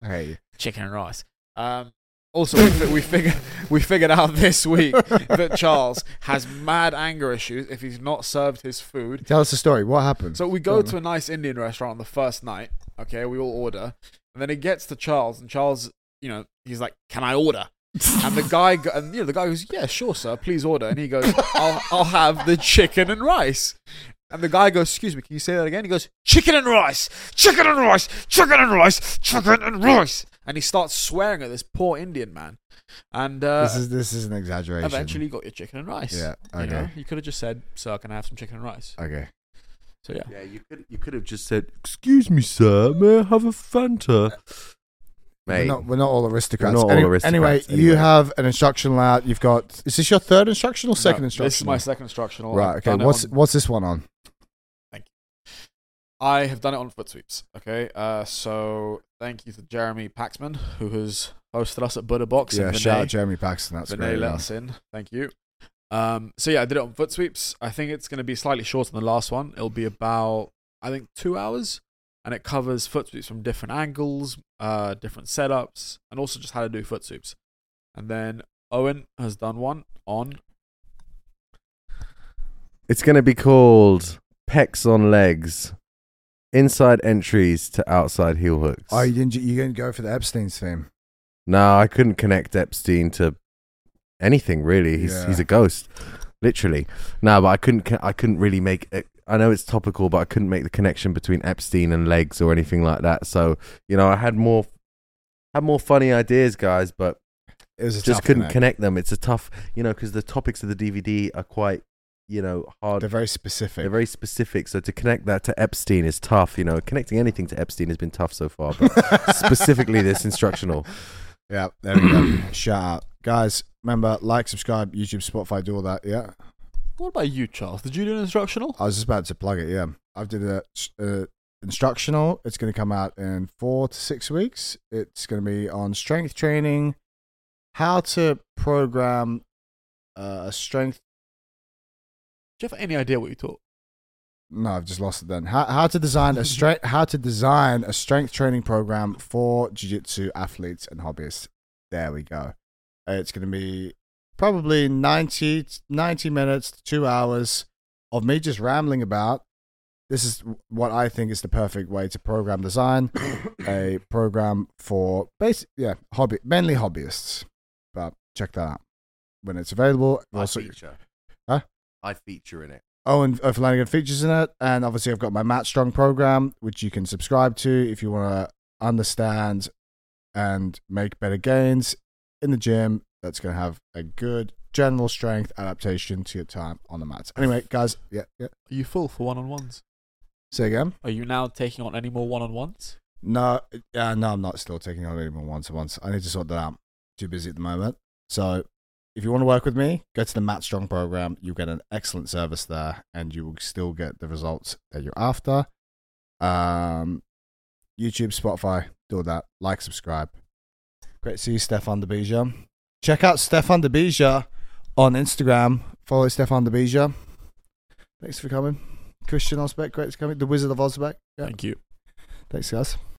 A: I hate you.
C: chicken and rice. Um, also, we, fi- we figured we figured out this week that Charles has mad anger issues if he's not served his food.
A: Tell us the story. What happened?
C: So we go
A: on.
C: to a nice Indian restaurant on the first night. Okay, we all order, and then it gets to Charles, and Charles, you know, he's like, "Can I order?" And the guy, go- and you know, the guy goes, "Yeah, sure, sir. Please order." And he goes, "I'll, I'll have the chicken and rice." And the guy goes, "Excuse me, can you say that again?" He goes, "Chicken and rice, chicken and rice, chicken and rice, chicken and rice." and he starts swearing at this poor Indian man. And uh,
A: this is this is an exaggeration.
C: eventually got your chicken and rice.
A: yeah.
C: You, know?
A: Okay.
C: you could have just said, "Sir, can I have some chicken and rice?"
A: Okay.
C: So yeah,
B: Yeah, you could you could have just said, "Excuse me, sir, may I have a Fanta?"
A: We're
B: Mate,
A: not, we're not all aristocrats.
B: We're not all
A: Any-
B: aristocrats,
A: Anyway,
B: anyway.
A: you have an instruction layout. You've got. Is this your third instructional? Second
C: No,
A: instructional.
C: This is my second instructional. I've
A: Right. Okay.
C: done it
A: What's
C: on-
A: what's this one on?
C: I have done it on foot sweeps. Okay, uh, so thank you to Jeremy Paxman who has hosted us at Buddha Box.
A: Yeah.
C: in
A: Shout out
C: Vinay.
A: Jeremy Paxton. That's
C: Vinay
A: great.
C: let
A: man.
C: us in. Thank you. Um, so yeah, I did it on foot sweeps. I think it's going to be slightly shorter than the last one. It'll be about I think two hours, and it covers foot sweeps from different angles, uh, different setups, and also just how to do foot sweeps. And then Owen has done one on
B: it's going to be called "Pecs on Legs: Inside Entries to Outside Heel Hooks."
A: Oh, you didn't. You didn't go for the Epstein's theme.
B: No, I couldn't connect Epstein to anything really. He's
A: Yeah.
B: he's a ghost, literally. No, but I couldn't co- I couldn't really make. It, I know it's topical, but I couldn't make the connection between Epstein and legs or anything like that. So you know, I had more had more funny ideas, guys, but
A: It was a
B: just
A: tough eh?
B: couldn't
A: connect.
B: connect them. It's a tough, you know, because the topics of the DVD are quite, you know, hard.
A: They're very specific.
B: They're very specific, so to connect that to Epstein is tough. You know, connecting anything to Epstein has been tough so far. But specifically this instructional.
A: Yeah, there we go. Shout out, guys. Remember, like, subscribe, YouTube, Spotify, do all that. Yeah,
C: What about you, Charles? Did you do an instructional?
A: I was just about to plug it. Yeah, I've did a, uh instructional. It's going to come out in four to six weeks. It's going to be on strength training, how to program uh, a strength.
C: Do you have any idea what you taught?
A: No, I've just lost it. Then how, how to design a strength how to design a strength training program for jiu-jitsu athletes and hobbyists. There we go. Uh, It's going to be probably 90, 90 minutes to two hours of me just rambling about. This is what I think is the perfect way to program design a program for basic, yeah, hobby, mainly hobbyists. But check that out when it's available. Also,
B: feature.
A: Huh?
B: I feature in it.
A: Owen uh, Flanagan features in it, and obviously I've got my Matt Strong program, which you can subscribe to if you want to understand and make better gains in the gym. That's going to have a good general strength adaptation to your time on the mats. Anyway, guys, yeah, yeah.
C: Are you full for one on ones?
A: Say again.
C: Are you now taking on any more one on ones?
A: No, uh, no, I'm not still taking on anyone once to once. I need to sort that out. Too busy at the moment. So, if you want to work with me, go to the Matt Strong program. You'll get an excellent service there, and you will still get the results that you're after. Um, YouTube, Spotify, do all that. Like, subscribe. Great to see you, Stefan Debija. Check out Stefan Debija on Instagram. Follow Stefan Debija. Thanks for coming, Christian Osbeck. Great to coming. The Wizard of Osbeck. Yeah.
C: Thank you.
A: Thanks, guys.